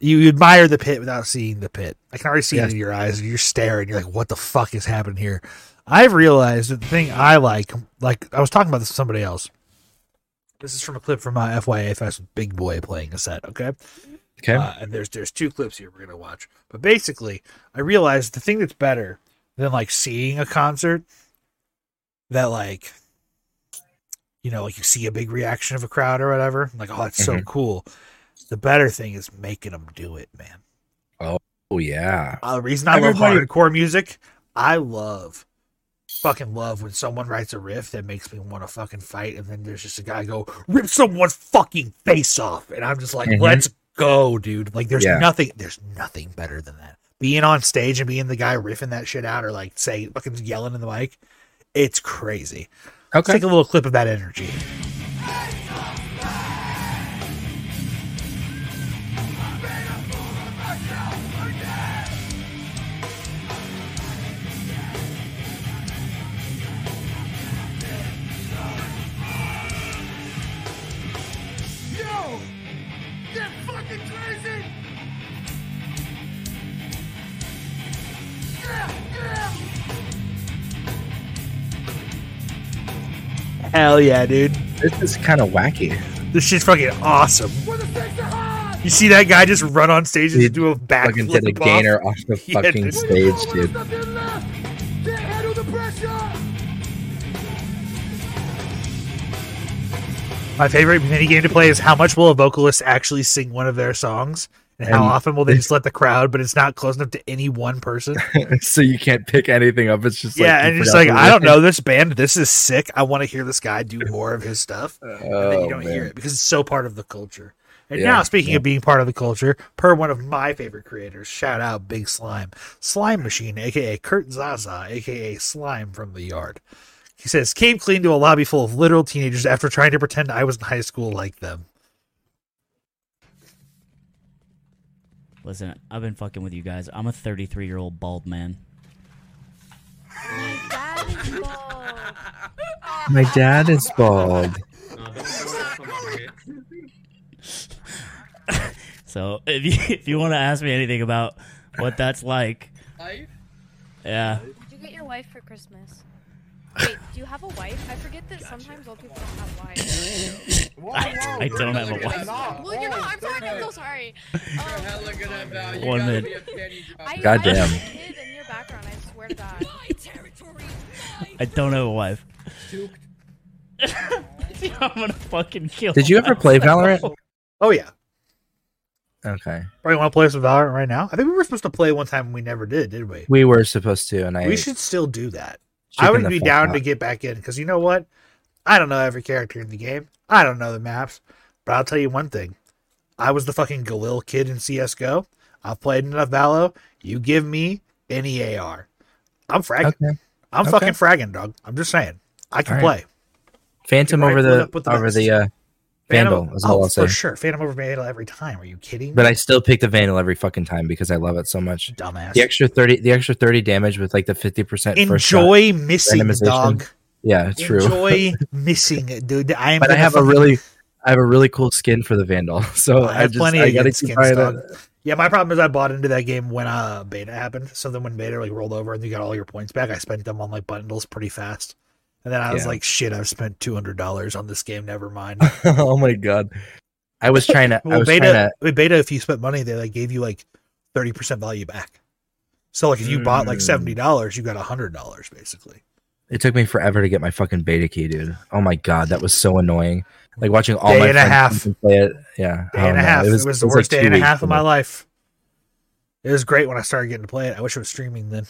you admire the pit without seeing the pit. I can already see
Yes.
it in your eyes. You're staring. You're like, what the fuck is happening here? I've realized that the thing I like, like I was talking about this with somebody else. This is from a clip from my FYA Fest with Big Boy playing a set. Okay.
Okay.
Uh, and there's there's two clips here we're gonna watch. But basically, I realized the thing that's better than like seeing a concert that like you know, like you see a big reaction of a crowd or whatever, like oh that's so cool. The better thing is making them do it, man.
oh yeah.
Uh, the reason I
Everybody-
love hardcore music, I love fucking love when someone writes a riff that makes me want to fucking fight, and then there's just a guy go rip someone's fucking face off, and I'm just like,
Mhm.
let's go, dude. Like there's
Yeah.
nothing, there's nothing better than that. Being on stage and being the guy riffing that shit out, or like say fucking yelling in the mic, it's crazy. Let's
Okay.
take a little clip of that energy. Hell yeah, dude.
This is kind of wacky.
This shit's fucking awesome. You see that guy just run on stage and
Dude,
do a
Fucking did a
backflip off?
gainer off the
Yeah,
fucking
dude.
stage, dude.
My favorite mini game to play is how much will a vocalist actually sing one of their songs, and how
And-
often will they just let the crowd, but it's not close enough to any one person.
so you can't pick anything up. It's just like
yeah,
you
and you're just
forgot
like,
the
I don't
lyrics.
know this band. This is sick. I want to hear this guy do more of his stuff. and then you
Oh,
don't
man.
hear it because it's so part of the culture. And
Yeah,
now, speaking
yeah.
of being part of the culture, per one of my favorite creators, shout out Big Slime, Slime Machine, aka Kurt Zaza, aka Slime from the Yard. He says, came clean to a lobby full of literal teenagers after trying to pretend I was in high school like them.
Listen, I've been fucking with you guys. I'm a 33 year old bald man.
My dad is bald.
So if you if you want to ask me anything about what that's like, yeah,
Did you get your wife for Christmas? Wait, do you have a wife? I forget that sometimes old people don't have wives.
I, I don't have a wife.
well, you know, I'm sorry. I'm so sorry. Um,
One minute,
I,
Goddamn.
I was a kid in your background. I swear to God.
I don't have a wife. I'm gonna fucking kill.
Did you ever play Valorant?
Oh, yeah.
Okay,
Probably want to play some Valorant right now. I think we were supposed to play one time and we never did, did we?
we were supposed to, and I.
We should still do that. I
Chicken
would
the
be
fuck
down
out.
to get back in because you know what? I don't know every character in the game. I don't know the maps, but I'll tell you one thing: I was the fucking Galil kid in CS:GO. I've played enough Valo. You give me any AR, I'm fragging.
Okay.
I'm
Okay.
fucking fragging, dog. I'm just saying, I can
All
play.
right. Phantom
Right,
over
put it
the,
up with the
over
best.
the uh, Vandal is all
oh,
I'll say.
for sure. Phantom over Vandal every time. Are you kidding?
But
me?
I still pick the Vandal every fucking time because I love it so much.
dumbass.
The extra thirty, the extra thirty damage with like the fifty percent.
Enjoy missing,
randomization.
dog.
Yeah, true.
Enjoy missing, dude. I am.
but I
gonna
have a
fucking-
really, I have a really cool skin for the Vandal, so
I
I,
have
just
plenty
I
of
gotta
good
keep
skins,
buying
dog.
it.
Yeah, my problem is I bought into that game when uh beta happened. So then when beta like rolled over and you got all your points back, I spent them on like bundles pretty fast. And then I was
Yeah.
like, shit, I've spent two hundred dollars on this game. Never mind.
oh my god, I was trying to. I
Well,
was
beta,
trying to.
with beta, if you spent money, they like gave you like thirty percent value back. So like if you bought like
Mm.
seventy dollars, you got hundred dollars basically.
It took me forever to get my fucking beta key, dude. Oh my god, that was so annoying. Like watching all
Day
my
and a
friends
half.
fucking play it. Yeah, Oh, I
Day
don't
and a
know.
half. It was, the
like,
worst day
two
and a
weeks
half of
for me.
my life. It was great when I started getting to play it. I wish it was streaming then.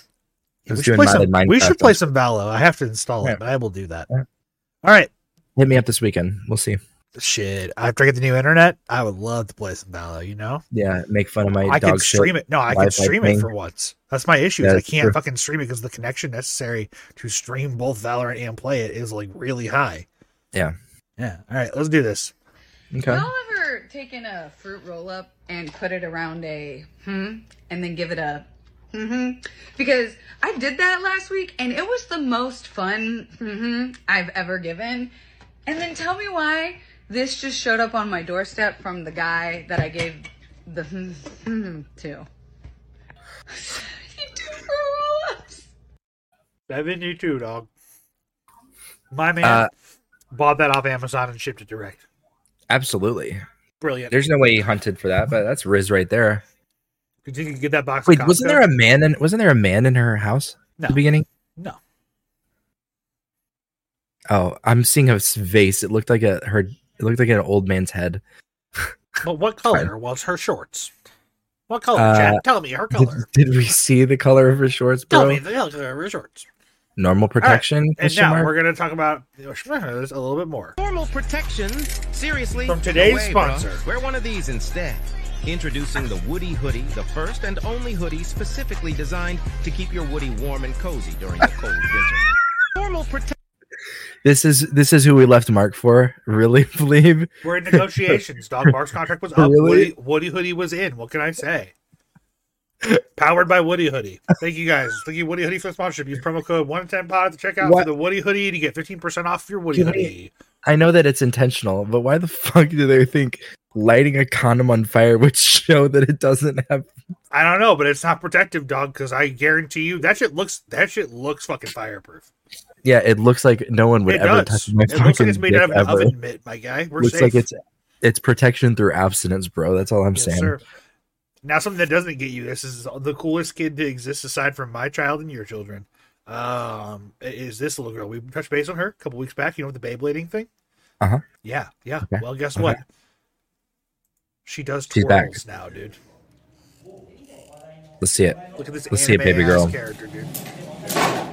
It was
we should
doing
play
modded
some. We
Minecraft
should play
on-
some Valo. I have to install
Yeah.
it, but I will do that.
Yeah.
All right,
Hit me up this weekend. We'll see.
Shit, after I get the new internet, I would love to play some Valor. You know,
Yeah, make fun of my
I
dog
can
shit.
stream it. No, I can
Wi-Fi
stream
thing.
it for once. That's my issue. is
Yeah,
I
it's
can't
true.
fucking stream it because the connection necessary to stream both Valorant and play it is like really high.
Yeah.
Yeah. All right, let's do this.
Okay.
Y'all ever taken a fruit roll up and put it around a hmm and then give it a hmm because I did that last week and it was the most fun hmm I've ever given. And then tell me why this just showed up on my doorstep from the guy that I gave the hmm, hmm to. You do fruit roll ups.
Seventy-two, dog. My man
Uh,
bought that off Amazon and shipped it direct.
Absolutely.
Brilliant.
There's no way he hunted for that, but that's Riz right there.
Did you get that box?
Wait,
at
wasn't
Costco?
there a man in wasn't there a man in her house at
No.
the beginning?
No.
Oh, I'm seeing a s- vase. It looked like a her it looked like an old man's head.
But what color was her shorts? What color?
Uh,
Chad, tell me her
Did,
color.
did we see the color of her shorts,
Tell
bro?
me the color of her shorts.
Normal protection?
And
question
now
mark?
we're going to talk about this a little bit more.
Normal protection? Seriously?
From today's
No way, bruh.
sponsor.
Wear one of these instead. Introducing the Woody Hoodie, the first and only hoodie specifically designed to keep your Woody warm and cozy during the cold winter. Normal protection.
This is this is who we left Mark for. Really believe
We're in negotiations. Dog Bark's contract was up.
Really?
Woody, Woody Hoodie was in. What can I say? Powered by Woody Hoodie. Thank you guys. Thank you, Woody Hoodie, for the sponsorship. Use promo code 110pod at checkout
What?
for the Woody Hoodie to get 15% off your Woody
Dude, I-
Hoodie.
I know that it's intentional, but why the fuck do they think lighting a condom on fire would show that it doesn't have?
I don't know, but it's not protective, dog, because I guarantee you that shit looks that shit looks fucking fireproof.
Yeah, it looks like no one would
It
ever
does.
touch my
It
fucking
looks like it's made
dick
out of an
ever.
oven mitt, my guy. We're
looks
safe.
like it's it's protection through abstinence, bro. That's all I'm
Yes,
saying.
sir. Now, something that doesn't get you. This is the coolest kid to exist aside from my child and your children. Um, is this little girl? We touched base on her a couple weeks back. You know the Beyblading thing.
Uh-huh.
Yeah, yeah.
Okay,
Well, guess
okay.
what? She does
She's back.
twirls now, dude.
Let's see it.
Look at this.
Let's see it,
anime-ass
baby girl.
Character, dude.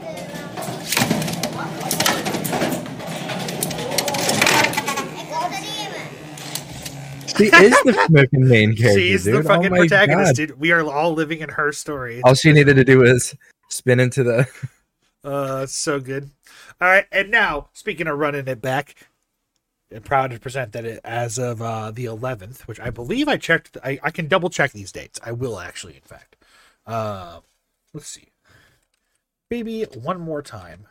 She is the fucking main character.
She's
dude.
the fucking
oh my
protagonist,
God.
dude. We are all living in her story.
All she needed to do was spin into the.
Uh, it's so good. All right, and now speaking of running it back, I'm proud to present that it, as of uh, the 11th, which I believe I checked. I, I can double check these dates. I will actually, in fact. Uh, let's see, baby, one more time.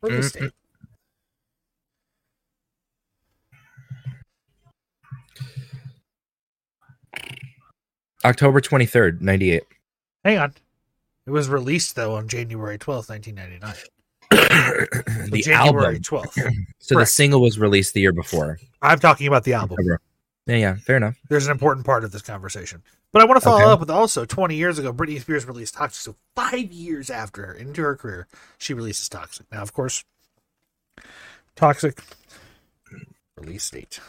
Release date.
October 23rd, 98.
Hang on, it was released though on January 12th, 1999. So
the
January
album.
12th.
So
Correct.
the single was released the year before.
I'm talking about the album.
Yeah, yeah, fair enough.
there's an important part of this conversation. But I want to follow
Okay.
up with also 20 years ago, Britney Spears released Toxic. So five years after her, into her career, she releases Toxic. Now, of course, Toxic release date.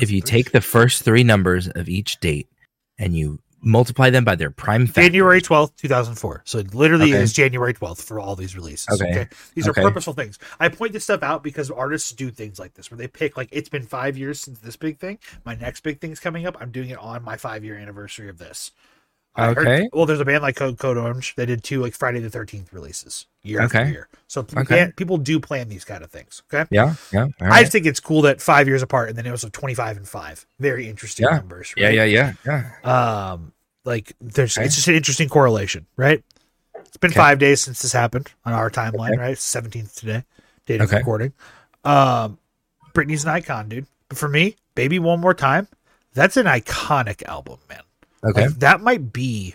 If you take the first three numbers of each date and you multiply them by their prime factor,
January 12th, 2004. So it literally
Okay.
is January 12th for all these releases. Okay.
Okay.
These
Okay.
are purposeful things. I point this stuff out because artists do things like this where they pick, like, it's been five years since this big thing. My next big thing's coming up. I'm doing it on my five year anniversary of this. I heard-
Okay.
well, there's a band like Code, Code Orange. They did two, like, Friday the 13th releases year after
Okay.
year. So p-
Okay.
ban- people do plan these kind of things. Okay.
yeah, yeah, all
I
right.
just think it's cool that five years apart and then it was like 25 and five. Very interesting
Yeah.
numbers.
yeah,
right?
yeah, yeah, yeah.
um like there's
Okay.
it's just an interesting correlation right it's been
Okay.
five days since this happened on our timeline
Okay.
right 17th today date of
Okay.
recording um britney's an icon dude but for me baby one more time that's an iconic album man
Okay,
Like, that might be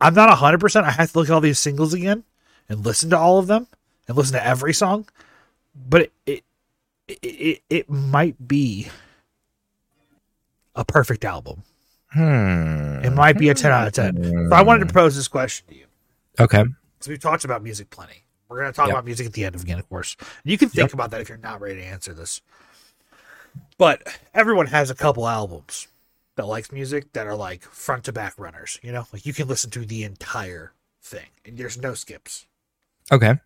i'm not 100% i have to look at all these singles again and listen to all of them and listen to every song but it it it, it might be a perfect album
hmm.
it might be a 10 out of 10. So I wanted to
Mm.
propose this question to you
okay,
because we've talked about music plenty. We're going to talk
Yep.
about music at the end of again, of course. And you can think about that if you're not ready to answer this. But everyone has a couple albums that likes music that are like front to back runners, you know? Like you can listen to the entire thing and there's no skips.
okay.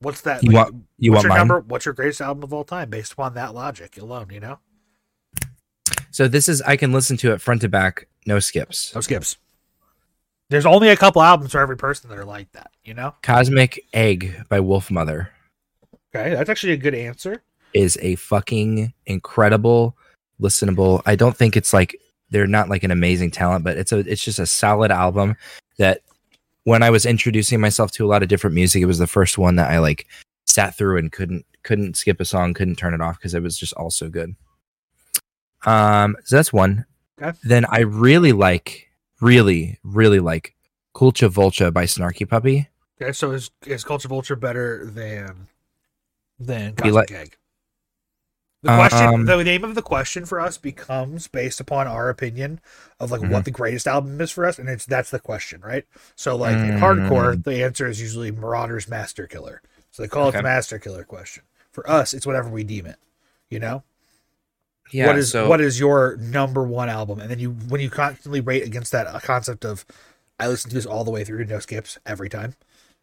What's that?
You
Uh, like,
want- you
what's
want
your
mine?
number? What's your greatest album of all time based upon that logic alone? You know,
So this is I can listen to it front to back, no skips.
No skips. there's only a couple albums for every person that are like that. You know,
Cosmic Egg by Wolf Mother
okay, that's actually a good answer.
is a fucking incredible listenable. I don't think it's like they're not like an amazing talent, but it's a it's just a solid album that when I was introducing myself to a lot of different music, it was the first one that I like sat through and couldn't couldn't skip a song, couldn't turn it off because it was just all so good. Um, so that's one.
Okay.
Then I really like, really, really like Culture Vulture by Snarky Puppy.
Okay, so is is Culture Vulture better than than
We like-
Cosmic Egg? The question,
Um,
the name of the question for us becomes based upon our opinion of like
mm-hmm.
what the greatest album is for us, and it's that's the question, right? So like in hardcore, the answer is usually Marauder's Master Killer. So they call it the
Mm. Okay.
Master Killer question. For us, it's whatever we deem it. You know,
Yeah,
what is
so-
what is your number one album? And then you when you constantly rate against that uh, concept of I listen to this all the way through, no skips every time.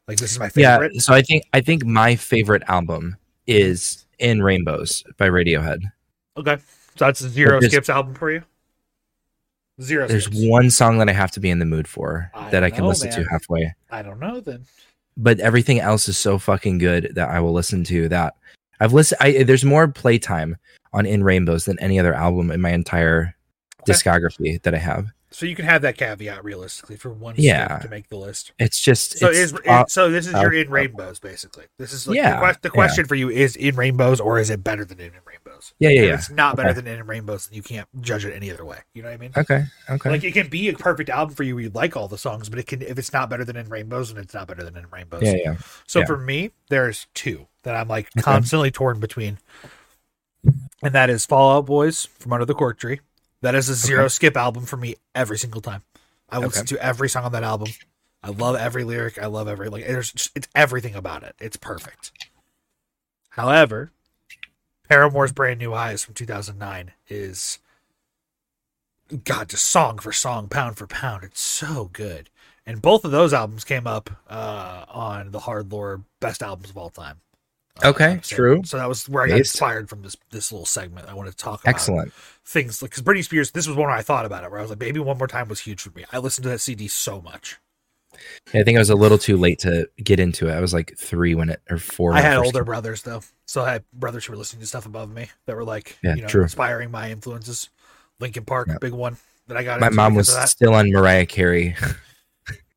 Like this is my favorite.
Yeah, so I think I think my favorite album is In Rainbows by Radiohead.
Okay. So that's a zero
But there's-
skips album for you? Zero
There's
skips.
one song that I have to be in the mood for
I
that I
don't
can
know,
listen to
man.
halfway.
I don't know then.
But everything else is so fucking good that I will listen to that. I've listened I there's more playtime on In Rainbows than any other album in my entire discography that I have.
So you can have that caveat realistically for one
Yeah.
skip to make the list.
It's just
So
it's
is
top-
so this is your
top-
in rainbows basically. This is like
Yeah,
the, que- the
yeah.
question for you is in rainbows or is it better than in rainbows?
Yeah, yeah,
If
yeah.
it's not better
Okay.
than in rainbows, then you can't judge it any other way. You know what I mean?
Okay, okay.
Like it can be a perfect album for you where you like all the songs, but it can if it's not better than in rainbows, and it's not better than in rainbows.
Yeah, yeah.
So
Yeah.
for me, there's two that I'm like
Okay.
constantly torn between. And that is Fallout Boys from Under the Cork Tree. That is a zero
Okay.
skip album for me every single time. I will
Okay.
listen to every song on that album. I love every lyric. I love every like. There's just, it's everything about it. It's perfect. However, Paramore's Brand New Eyes from 2009 is God, just song for song, pound for pound. It's so good. And both of those albums came up uh, on the Hard Lore Best Albums of All Time. uh,
Okay,
episode.
true.
So that was where I got
Based.
inspired from this this little segment. I wanted to talk about
Excellent.
things because Britney Spears. This was one where I thought about it, where I was like, "Baby, one more time" was huge for me. I listened to that CD so much.
I think I was a little too late to get into it. I was like 3 when it or 4 when
I
it
had
first
older brothers though, so I had brothers who were listening to stuff above me that were like,
Yeah,
you know,
true.
inspiring my influences. Linkin Park,
Yeah.
big one that I got.
my
into
mom was
because of that.
still on Mariah Carey.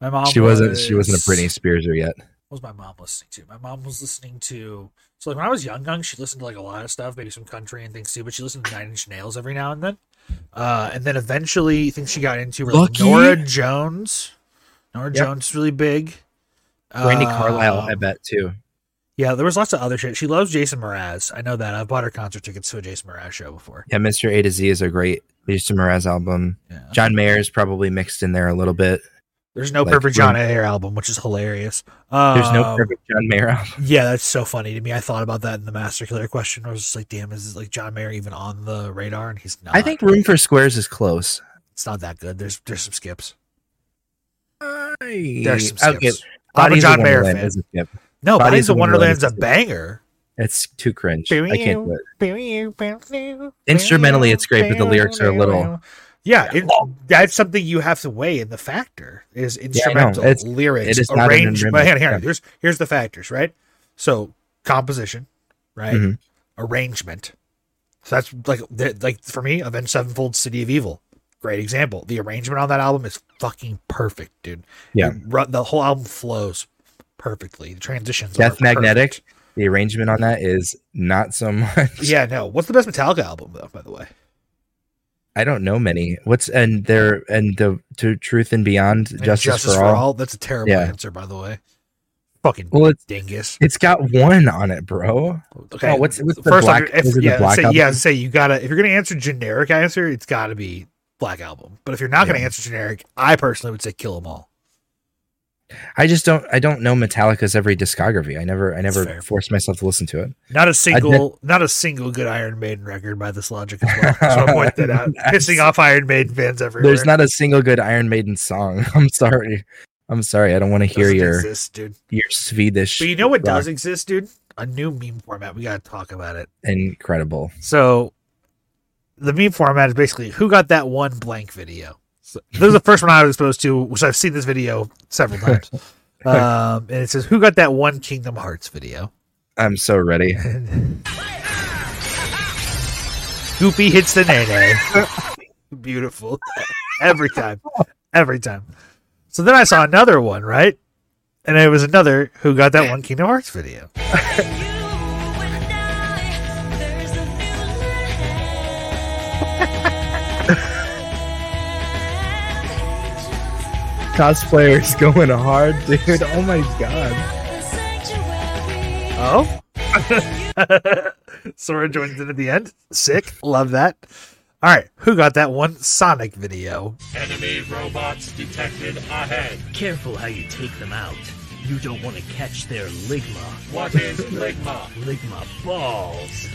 My mom
she wasn't. She wasn't a
was-
Britney Spearser yet.
What was my mom listening to? My mom was listening to so like when I was young, young, she listened to like a lot of stuff, maybe some country and things too, but she listened to Nine Inch Nails every now and then. Uh, and then eventually, I think she got into like,
Lucky.
Nora Jones. Nora
Yep.
Jones is really big.
Brandy Carlisle, I
Um,
bet too.
Yeah, there was lots of other shit. She loves Jason Mraz. I know that. I've bought her concert tickets to a Jason Mraz show before.
Yeah, Mr. A to Z is a great Lisa Mraz album.
Yeah.
John Mayer's probably mixed in there a little bit.
There's no
Like,
perfect John
Room-
Mayer album, which is hilarious.
There's no
Um,
perfect John Mayer album.
Yeah, that's so funny to me. I thought about that in the Master Killer question. I was just like, damn, is like John Mayer even on the radar? And he's not.
I think Room for Squares is close.
it's not that good. There's there's some skips.
There's
some skips.
Okay.
I'm a
Bodies
John
of
Mayer
Wonderland
fan.
is a skip.
No,
Bodies
Bodies
of
of Wonderland's a
Wonderland
banger.
It's too cringe. I can't do it. Instrumentally,
Instrumentally,
it's great, but the lyrics are a little-
Yeah, it, that's something you have to weigh in the factor is
I know.
instrumental
It's-
lyrics
it is not an
arranged. But hang on,
arrangement.
hang on. Here's here's the factors, right? So composition, right?
Mhm.
Arrangement. So that's like that- like for me, Avenged Sevenfold, City of Evil, great example. The arrangement on that album is fucking perfect, dude.
Yeah.
It ru- the whole album flows perfectly. The transitions. are
Death
perfect.
Magnetic. The arrangement on that is not so much.
Yeah, no. What's the best Metallica album though? By the way.
I don't know many. What's and there and the to Truth and Beyond,
And
Justice, for, all.
That's a terrible
Yeah.
answer, by the way. Fucking
Well, it's
dingus.
it's got one on it, bro.
Okay.
Oh, what's what's the
First off,
black?
if-
is it the
yeah,
black
say,
album?
yeah, say you gotta if you're gonna answer generic answer, it's gotta be Black Album. But if you're not gonna
Yeah.
answer generic, I personally would say Kill 'Em All.
I just don't. I don't know Metallica's every discography. I never. I never
fair.
forced myself to listen to it.
Not a single, not a single good Iron Maiden record by this logic as well. So I point that out,
That's-
pissing off Iron Maiden fans everywhere.
There's not a single good Iron Maiden song. I'm sorry. I'm sorry, I don't want to hear
Doesn't
your
exist, dude.
your Swedish.
But you know what
rock
does exist, dude? A new meme format. We gotta talk about it.
incredible.
So the meme format is basically who got that one blank video. So, this is the first one I was exposed to, which I've seen this video several times. um, and it says who got that one Kingdom Hearts video.
I'm so ready.
Goopy hits the nene. Beautiful. Every time. Every time. So then I saw another one, right? And it was another who got that one Kingdom Hearts video.
Cosplayers going hard, dude. Oh my god.
Oh? Sora joins in at the end. Sick. Love that. All right. Who got that one Sonic video?
Enemy robots detected ahead.
Careful how you take them out. You don't want to catch their Ligma.
What is Ligma?
Ligma balls.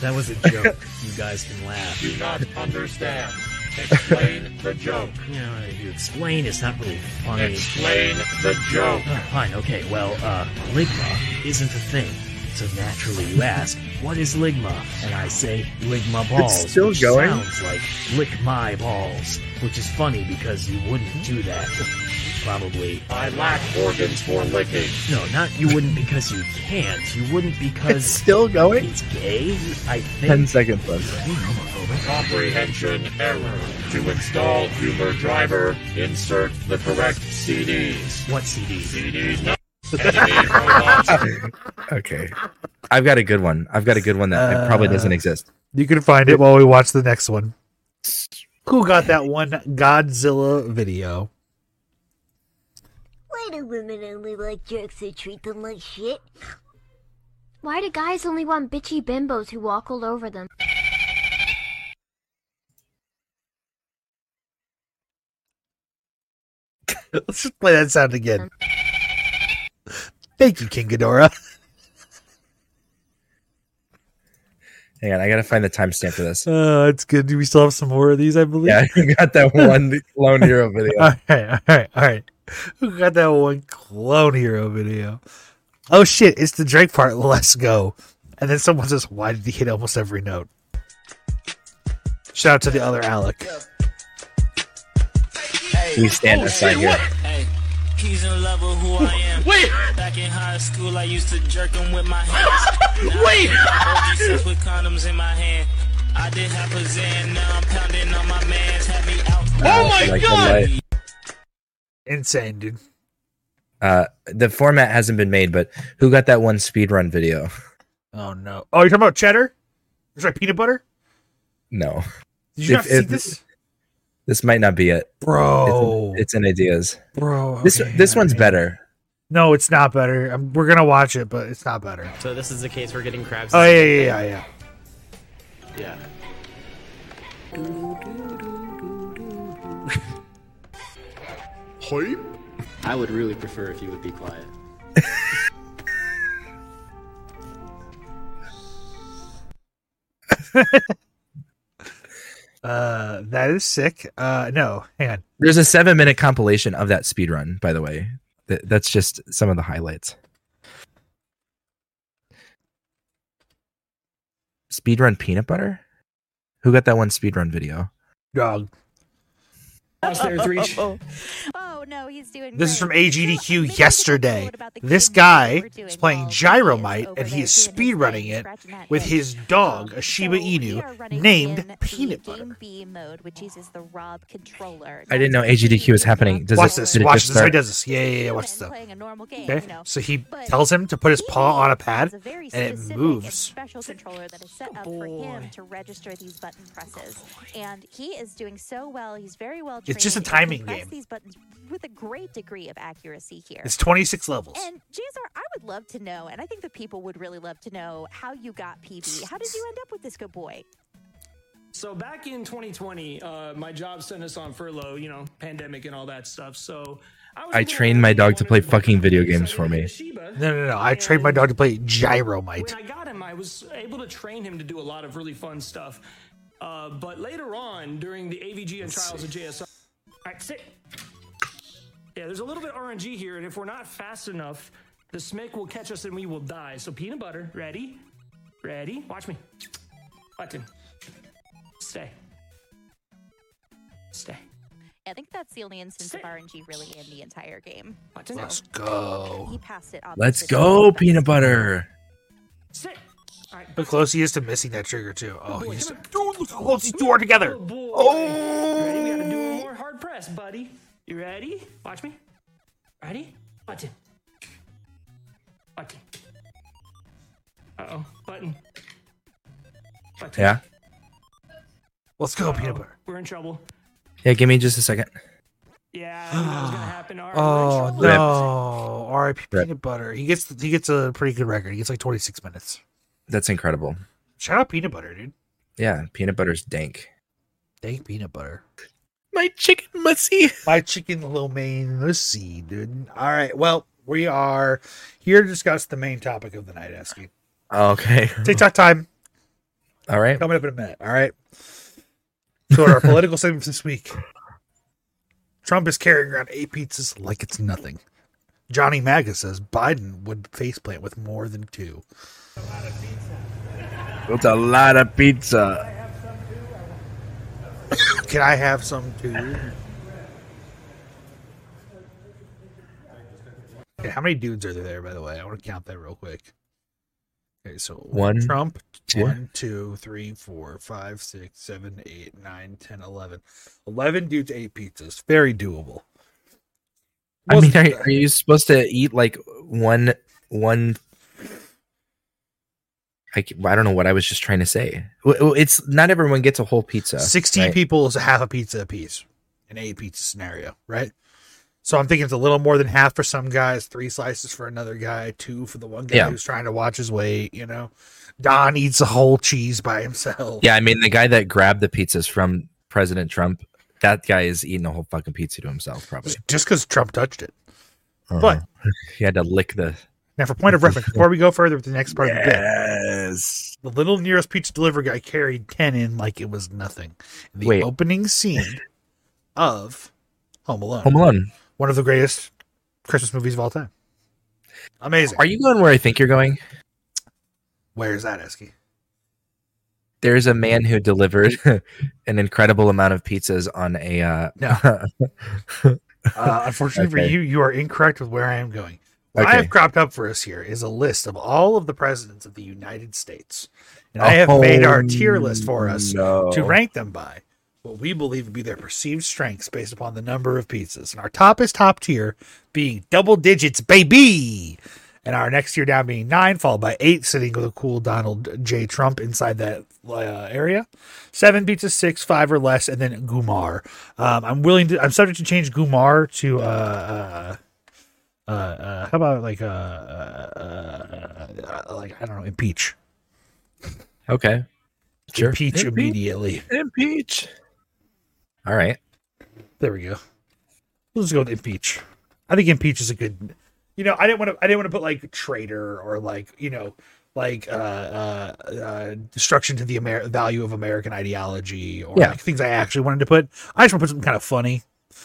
That was a joke. you guys can laugh.
Do not understand. Explain the joke.
Yeah, if you explain, it's not really funny.
Explain the joke.
Oh, fine, okay, well, uh, Ligma isn't a thing. So naturally you ask, what is Ligma? And I say, Ligma balls.
still
which
going.
Sounds like lick my balls, which is funny because you wouldn't do that. Probably.
I lack organs for licking.
No, not you wouldn't because you can't. You wouldn't because
It's still going.
it's gay. I think.
Ten seconds left.
Being homophobic.
Comprehension error. To install humor driver, insert the correct CDs.
What CDs?
CDs not. Enemy robots.
Okay, I've got a good one. I've got a good one that probably doesn't exist.
You can find it while we watch the next one. Who got that one Godzilla video?
Why do women only like jerks who treat them like shit? Why do guys only want bitchy bimbos who walk all over them?
Let's just play that sound again. Thank you, King Ghidorah.
Hang on, I gotta find the timestamp for this.
Uh, it's good. Do we still have some more of these, I believe?
Yeah, I got that one clone hero video.
All right, all right, all right. Who got that one clone hero video? Oh shit, it's the Drake part. Let's go. And then someone says, "Why did he hit almost every note?" Shout out to the other Alec.
We stand aside here.
Hey, he's in love with who I am. Wait. Back in high school, I used to jerk him with my hands. Wait. Since with condoms in my hand. I did have a Xan, now I'm pounding on my man's. Had me out.
Oh my Like the God! light.
Insane, dude.
Uh, the format hasn't been made, but who got that one speedrun video?
Oh no. Oh, you're talking about cheddar? Is that peanut butter?
No,
Did you
If-
not see
if-
this,
this might not be it,
bro?
It's in ideas.
bro,
This
okay,
this one's
alright.
better.
No, it's not better. I'm, we're gonna watch it, but it's not better.
So this is the case we're getting crabs.
Oh yeah, yeah, yeah, yeah.
Yeah. I would really prefer if you would be quiet.
Uh, that is sick. Uh, no, hang on.
There's a seven minute compilation of that speedrun, by the way. Th- that's just some of the highlights. Speedrun peanut butter? Who got that one speedrun video?
Dog.
Oh no, he's doing.
This is from AGDQ yesterday. This guy is playing Gyromite and he is speedrunning it with his
Um,
dog, a Shiba Inu, named Peanut Butter.
B mode, which uses the Rob controller.
I didn't know AGDQ was happening. Does
Watch
it,
this.
did it
Watch
just
this. How he
start?
does this. Yeah, yeah, yeah. Watch this. though.
Playing a normal game,
Okay.
you know.
So he
But
tells him to put his paw on a pad
It's a very
and it
specific and
moves.
special controller that is set up for him to register these button presses, and he is doing so well. He's very well.
It's just a
trained and can
timing
press
game.
These buttons with a great degree of accuracy here.
It's 26 levels.
And JSR, I would love to know, and I think the people would really love to know how you got PB. How did you end up with this good boy?
So back in 2020, uh, my job sent us on furlough, you know, pandemic and all that stuff. So I was
I
looking
trained my dog to play fucking video games for me.
Shiba.
No, no, no. I trained my dog to play Gyromite.
When I got him, I was able to train him to do a lot of really fun stuff. Uh, but later on, during the AVG and trials of JSR, I, sit. Yeah, there's a little bit RNG here, and if we're not fast enough, the smick will catch us and we will die. So peanut butter, ready? Ready? Watch me. Button. Stay. Stay.
I think that's the only instance of RNG really in the entire game.
Let's
So,
Oh.
go.
He passed it.
Let's
obviously.
go, peanut butter.
Sit.
But close he is to missing that trigger too. Oh, he's dude, look how close these two are together. Oh,
Ready? We gotta do one more hard press, buddy. You ready? Watch me. Ready? Button. Button. Uh oh. Button. Button.
Yeah.
let's go, peanut butter.
Oh, We're in trouble.
Yeah, give me just a second.
Oh
Rip.
no, R.I.P.
Rip.
Peanut Butter. He gets he gets a pretty good record. He gets like 26 minutes.
That's incredible.
Shout out Peanut Butter, dude.
Yeah, peanut butter's dank.
Thank Peanut Butter.
My chicken mussy.
My chicken lo mein mussy, dude. All right, well we are here to discuss the main topic of the night, Esky.
Okay.
TikTok time.
All right.
Coming up in a minute. All right. So in our political segments this week, Trump is carrying around eight pizzas like it's nothing. Johnny Maga says Biden would faceplant with more than two.
It's a lot of pizza.
Can I have some too? Okay, how many dudes are there, by the way? I want to count that real quick. Okay, so
One,
Trump,
two.
one, two, three, four, five, six, seven, eight, nine, ten, eleven. Eleven dudes, eight pizzas. Very doable.
I mean, are, are you supposed to eat like one one? I, c- I don't know what I was just trying to say. W- w- It's not everyone gets a whole pizza.
60
right?
people is a half a pizza apiece, an eight pizza scenario, right? So I'm thinking it's a little more than half for some guys, three slices for another guy, two for the one guy
Yeah.
who's trying to watch his weight, you know. Don eats a whole cheese by himself.
Yeah, I mean the guy that grabbed the pizzas from President Trump, that guy is eating a whole fucking pizza to himself, probably. Uh-huh.
Just because Trump touched it. But-
he had to lick the.
Now, for point of reference, before we go further with the next part of the day,
Yes.
the little nearest pizza delivery guy carried 10 in like it was nothing. The
Wait.
opening scene of Home Alone.
Home Alone.
One of the greatest Christmas movies of all time. Amazing.
Are you going where I think you're going?
Where is that, Esky?
There's a man who delivered an incredible amount of pizzas on a. Uh,
Uh, unfortunately for
Okay.
you, you are incorrect with where I am going. What I
Okay.
have cropped up for us here is a list of all of the presidents of the United States. And I have made our tier list for us
Oh,
to
no.
rank them by what we believe would be their perceived strengths based upon the number of pizzas. And our top is top tier being double digits, baby. And our next tier down being nine, followed by eight, sitting with a cool Donald J. Trump inside that uh, area. Seven beats a six, five or less, and then Gumar. Um, I'm willing to. I'm subject to change Gumar to. Uh, uh, uh, uh, how about like uh, uh, uh, uh, like I don't know, impeach,
Okay. Sure.
impeach immediately.
Impeach. All right.
There we go. Let's go with impeach. I think impeach is a good. You know, I didn't want to. I didn't want to put like traitor or like you know, like uh, uh, uh destruction to the Amer- value of American ideology or
Yeah.
like, things I actually wanted to put. I just want to put something kind of funny.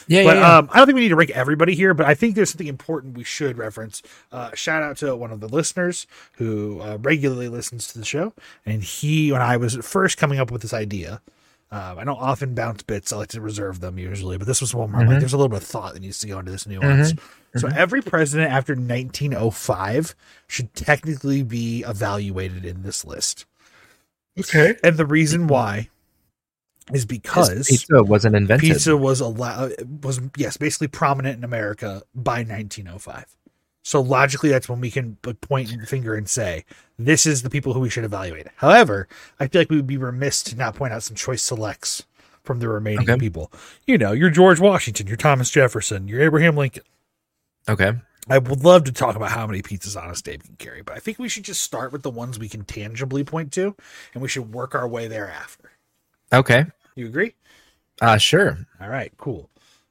Yeah,
but
yeah, yeah.
um, I don't think we need to rank everybody here, but I think there's something important we should reference. Uh, shout out to one of the listeners who uh, regularly listens to the show, and he when I was first coming up with this idea, um, I don't often bounce bits. I like to reserve them usually, but this was one where I'm like,
Mhm.
there's a little bit of thought that needs to go into this nuance.
Mm-hmm.
So every president after 1905 should technically be evaluated in this list.
Okay.
And the reason why is because
pizza wasn't invented.
pizza was allowed was yes basically prominent in america by 1905 so logically that's when we can p- point the finger and say this is the people who we should evaluate however i feel like we would be remiss to not point out some choice selects from the remaining
Okay.
people you know your george washington your thomas jefferson your abraham lincoln
Okay.
i would love to talk about how many pizzas honest dave can carry but i think we should just start with the ones we can tangibly point to and we should work our way thereafter
Okay.
you agree
Uh sure.
all right, cool.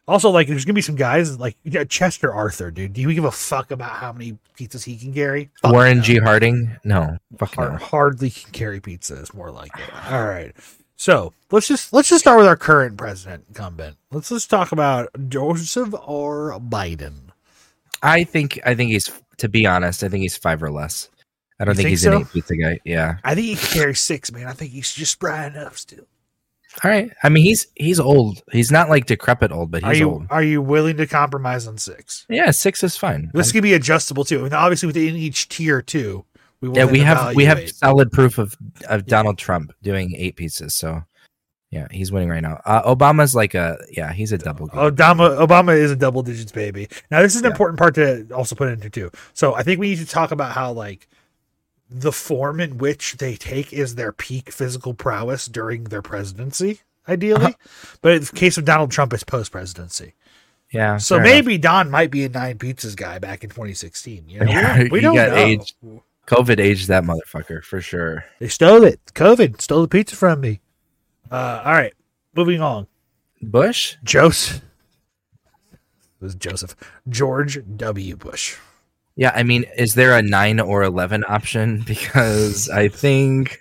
Also, like, there's gonna be some guys like yeah, Chester Arthur, dude. Do you give a fuck about how many pizzas he can carry? Fuck
Warren
no.
G. Harding? No. Fuck
Har-
no.
hardly can carry pizzas. More like it. All right. So let's just let's just start with our current president incumbent. Let's just talk about Joseph R. Biden.
I think I think he's to be honest. I think he's five or less. I don't
You
think,
think
he's
so?
an eight pizza guy. Yeah.
I think he can carry six, man. I think he's just sprying up still.
All right. I mean, he's he's old. He's not like decrepit old, but
Are
he's
you
old.
are you willing to compromise on six?
Yeah, six is fine.
This could be adjustable too, and obviously within each tier too. We
yeah,
will
we have we have
evaluate.
solid proof of of Donald Trump doing eight pizzas. So, yeah, he's winning right now. Uh, Obama's like a yeah, he's
Uh,
a double. good.
Obama Obama is a double digits baby. Now this is an important part to also put into too. So I think we need to talk about how like the form in which they take is their peak physical prowess during their presidency, ideally.
Uh-huh.
But in the case of Donald Trump, it's post presidency.
Yeah.
So
fair
maybe Don might be a nine pizzas guy back in 2016. You know,
enough.
we don't, we
He
don't
got
know.
aged. COVID aged that motherfucker for sure.
They stole it. COVID stole the pizza from me. Uh, all right, moving on.
Bush,
Joseph. It was Joseph George W. Bush.
Yeah, I mean, is there a nine or eleven option? Because I think,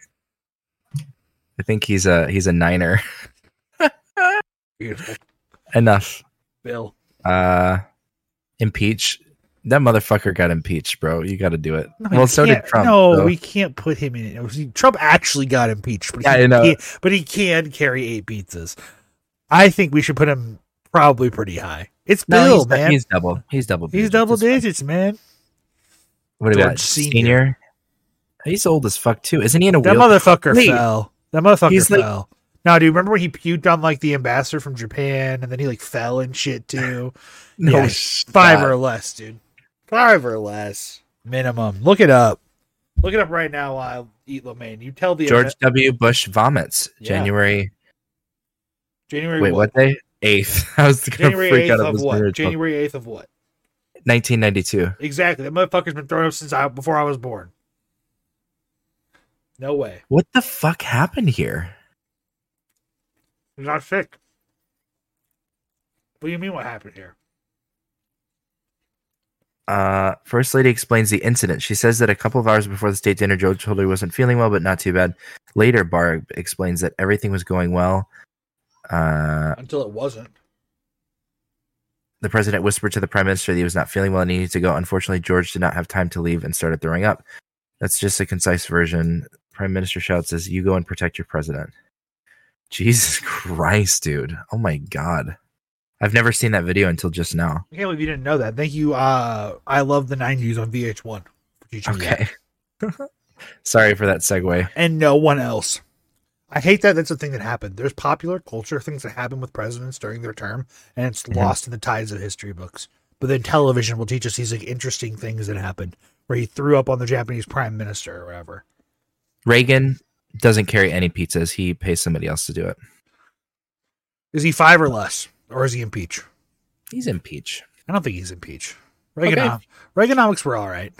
I think he's a he's a niner.
Beautiful.
Enough.
Bill.
Uh, impeach that motherfucker. Got impeached, bro. You got to do it.
No,
well,
you
so did
can't-
Trump.
No,
so-
we can't put him in. it. See, Trump actually got impeached, but
Yeah,
he,
I know.
he- but he can carry eight pizzas. I think we should put him probably pretty high. It's
No,
Bill,
he's,
man.
He's double. He's double.
He's double digits, man.
What about
George Senior.
senior. He's old as fuck too, isn't he? In a
That
wheel-
motherfucker
Wait,
fell. That motherfucker
he's like-
fell. now, do you remember when he puked on like the ambassador from Japan, and then he like fell and shit too?
No
Yeah, five
shot.
or less, dude. Five or less minimum. Look it up. Look it up right now while I eat Lomaine. You tell the
George W. Bush vomits
Yeah.
January.
January.
Wait, what day? Eighth. I was gonna
January
freak
8th
out
of
was
what?
marriage book.
January 8th of what?
1992.
Exactly. That motherfucker's been thrown up since I before I was born. No way.
What the fuck happened here?
He's not sick. What do you mean what happened here?
Uh, First Lady explains the incident. She says that a couple of hours before the state dinner, Joe told her he wasn't feeling well, but not too bad. Later, Barr explains that everything was going well. Uh,
Until it wasn't.
the president whispered to the prime minister that he was not feeling well and he needed to go. Unfortunately, George did not have time to leave and started throwing up. That's just a concise version. Prime Minister shouts, "As you go and protect your president." Jesus Christ, dude! Oh my God, I've never seen that video until just now.
I can't believe you didn't know that. Thank you, uh I love the nineties on VH1 for teaching me that.
Okay, sorry for that segue.
And no one else. I hate that that's a thing that happened. There's popular culture things that happen with presidents during their term, and it's
Mhm.
lost in the tides of history books. But then television will teach us these like interesting things that happened, where he threw up on the Japanese prime minister or whatever.
Reagan doesn't carry any pizzas. He pays somebody else to do it.
Is he five or less, or is he impeach?
He's impeach.
I don't think he's impeach.
Okay.
Reaganom- Reaganomics were all right.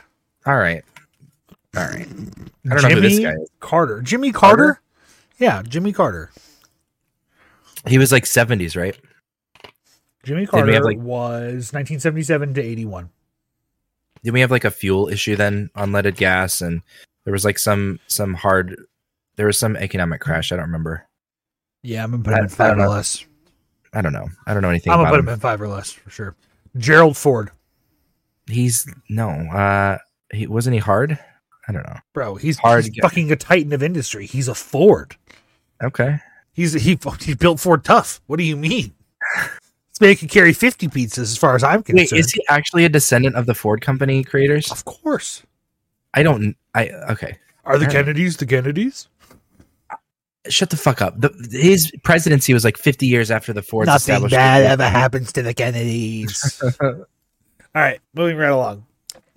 All right. All right. I don't know who this guy is.
Carter. Jimmy Carter? Yeah, Jimmy Carter.
He was like 70s, right?
Jimmy
Didn't
Carter
we have, like-
was 1977 to 81.
Didn't we have like a fuel issue then, unleaded gas, and there was like some some hard, there was some economic crash. I don't remember.
Yeah, I'm gonna put him
I-
in five
I don't
or
know.
less.
I don't know. I don't know anything
I'm gonna
about
put
him.
him in five or less for sure. Gerald Ford,
He's no. Uh, he wasn't he hard. I don't know.
bro, he's,
Hard
he's
guy.
fucking a titan of industry. He's a Ford.
Okay.
He's he he built Ford tough. What do you mean? This man can carry 50 pizzas, as far as I'm concerned.
Wait, is he actually a descendant of the Ford Company creators?
Of course.
I don't. I okay.
Are the
All right.
Kennedys the Kennedys?
Shut the fuck up. The, his presidency was like 50 years after the Ford's
Nothing
established-
bad ever happens to the Kennedys. All right, moving right along.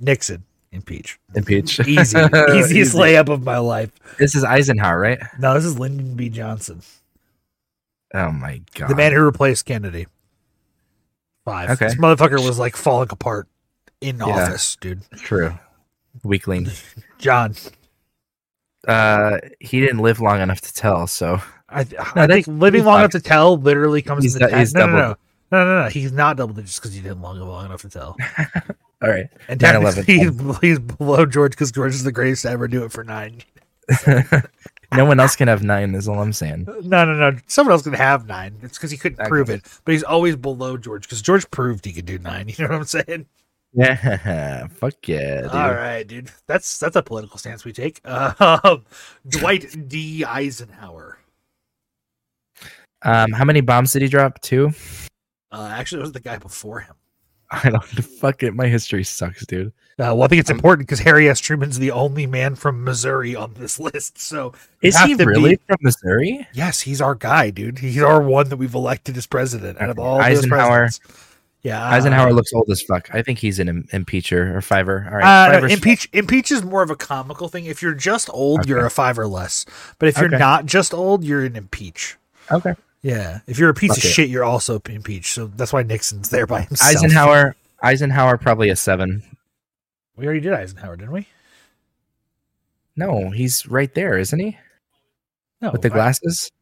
Nixon, impeach.
Impeach.
Easy, easiest
Uh, Easy.
layup of my life.
This is Eisenhower, right?
No, this is Lyndon B. Johnson,
Oh my god.
the man who replaced Kennedy. Five.
Okay.
This motherfucker was like falling apart in
Yeah.
office, dude.
True. Weakling.
John,
Uh, he didn't live long enough to tell. So
I, th-
No,
I
that's-
think living
he's
long
fine.
enough to tell literally comes
He's
in the
du- he's
tax. No, no, no,
double-
no, no, no. He's not double digits because he didn't long long enough to tell.
all right.
And
9/11.
technically, he's, he's below George because George is the greatest to ever do it for nine.
No one else can have nine. Is all I'm saying.
No, no, no. Someone else can have nine. It's because he couldn't prove it. But he's always below George because George proved he could do nine. You know what I'm saying?
Yeah, fuck yeah. Dude.
All right, dude. That's that's a political stance we take. Um, Dwight D. Eisenhower.
Um, how many bombs did he drop? Two.
Uh, actually, it was the guy before him.
I don't. Fuck it. My history sucks, dude.
Uh, well, I think it's important because Harry S. Truman's the only man from Missouri on this list. So you
Is
have
he
to be-
really from Missouri?
Yes, he's our guy, dude. He's our one that we've elected as president out of all
Eisenhower.
Those presidents. yeah,
Eisenhower looks old as fuck. I think he's an im- impeacher or fiver. All right,
Uh, no,
Fiver's-
impeach impeach is more of a comical thing. If you're just old, you're a five or less. But if you're
Okay.
not just old, you're an impeach.
Okay.
Yeah. If you're a piece
Fuck
of
it.
shit, you're also impeached. So that's why Nixon's there by himself.
Eisenhower. Eisenhower probably a seven.
We already did Eisenhower, didn't we?
No, he's right there, isn't he?
No,
With the
I-
glasses.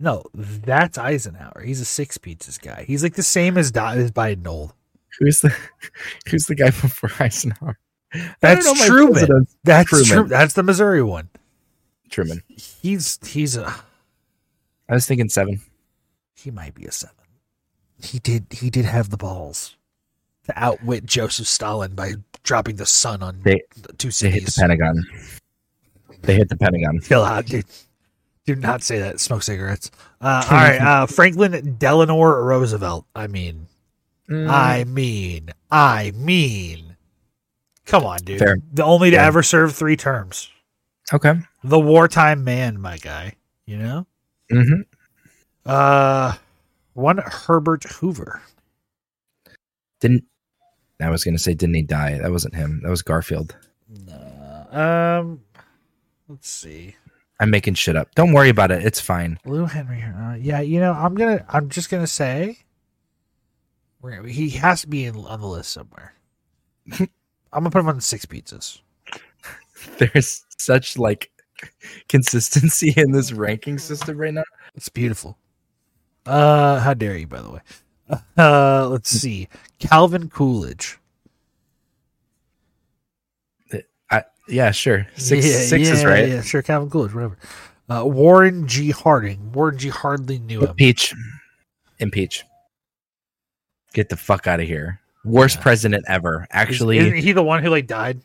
No, that's Eisenhower. He's a six pizzas guy. He's like the same as, Di- as Biden old.
Who's the Who's the guy before Eisenhower?
That's
know my
Truman.
presidents.
That's Truman.
Truman.
that's the Missouri one.
Truman.
He's he's a
I was thinking seven.
he might be a seven. He did he did have the balls to outwit Joseph Stalin by dropping the sun on
They
the two
they hit the
cities.
Pentagon. They hit the Pentagon.
Chill out, dude. Do not say that. Smoke cigarettes. Uh, all right, uh, Franklin Delano Roosevelt. I mean,
Mm.
I mean, I mean. Come on, dude.
Fair.
The only to
Fair.
ever serve three terms.
Okay.
The wartime man, my guy. You know.
Mm-hmm.
Uh, one Herbert Hoover.
Didn't I was gonna say didn't he die? That wasn't him. That was Garfield.
Um, let's see.
I'm making shit up. Don't worry about it. It's fine.
Lou Henry. Uh, yeah, you know, I'm gonna. I'm just gonna say. we're gonna- He has to be in, on the list somewhere. I'm gonna put him on the six pizzas.
There's such like consistency in this ranking system right now.
It's beautiful. Uh, how dare you? By the way, uh, let's see. Calvin Coolidge.
I, yeah, sure. Six,
Yeah,
six is
yeah,
right.
Yeah, sure. Calvin Coolidge, whatever. Uh, Warren G. Harding. Warren G. Hardly knew him.
Impeach. Impeach. Get the fuck out of here. Worst president ever. Actually,
Isn't he the one who like died?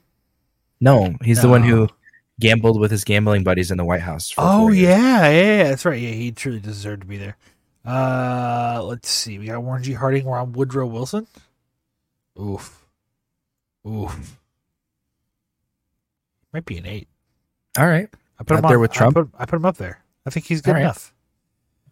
no. He's the one
No.
who gambled with his gambling buddies in the White House. for
Oh
four years.
yeah, yeah, yeah, that's right. Yeah, he truly deserved to be there. Uh, let's see. We got Warren G. Harding. We're on Woodrow Wilson. Oof, oof. Might be an eight.
All right.
I put
Up
him on,
there with Trump?
I put, I put him up there. I think he's good
All right.
enough.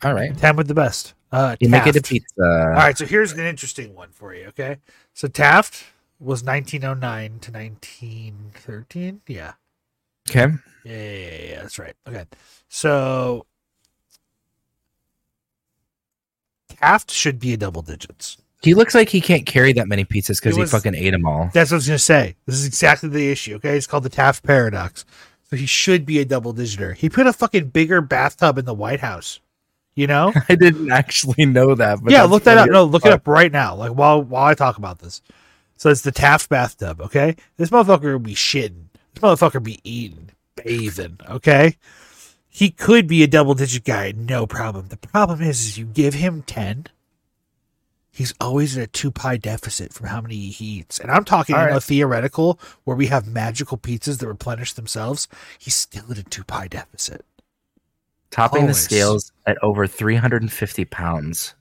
All right.
Ten with the best. Uh,
You make it a
Taft.
pizza.
All right. So here's an interesting one for you. Okay. So Taft was 1909 to 1913. Yeah.
Okay.
Yeah, yeah, yeah, yeah, that's right. Okay. So Taft should be a double digits.
He looks like he can't carry that many pizzas because
It
he
was-
fucking ate them all.
That's what I was gonna say. This is exactly the issue. Okay, it's called the Taft paradox. So he should be a double digiter. He put a fucking bigger bathtub in the White House. You know?
I didn't actually know that. But
yeah,
that's
look that up.
funny as
No, look it
fuck.
up right now. Like while while I talk about this. So it's the Taft bathtub, okay? This motherfucker would be shitting. This motherfucker be eating, bathing, okay? He could be a double digit guy, no problem. The problem is, is you give him ten, he's always at a two pie deficit from how many he eats. And I'm talking
All
in a
right.
theoretical where we have magical pizzas that replenish themselves. He's still at a two pie deficit.
Topping
Always.
the scales at over 350 pounds.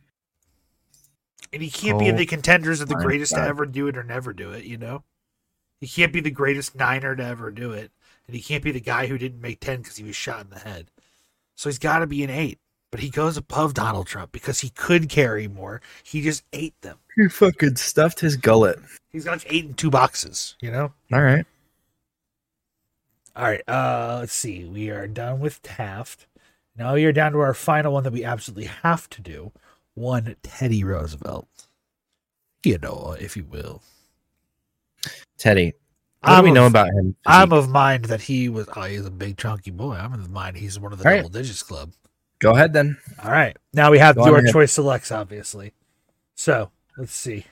And he can't be in
Oh,
the contenders of the
my
greatest to
God.
ever do it or never do it, you know? He can't be the greatest niner to ever do it. And he can't be the guy who didn't make 10 because he was shot in the head. So he's got to be an 8. But he goes above Donald Trump because he could carry more. He just ate them.
He fucking stuffed his gullet.
He's got like 8 in two boxes, you know?
All right.
All right. Uh, let's see. We are done with Taft. Now we are down to our final one that we absolutely have to do. One Teddy Roosevelt. Theodore, if you will.
Teddy. What do we
of-
know about him?
I'm of mind that he was. Oh, he's a big chunky boy. I'm of mind he's one of the
All right.
double digits club.
Go ahead then.
All right, now we have
Go
to do
on
our
ahead.
choice selects, obviously. So let's see.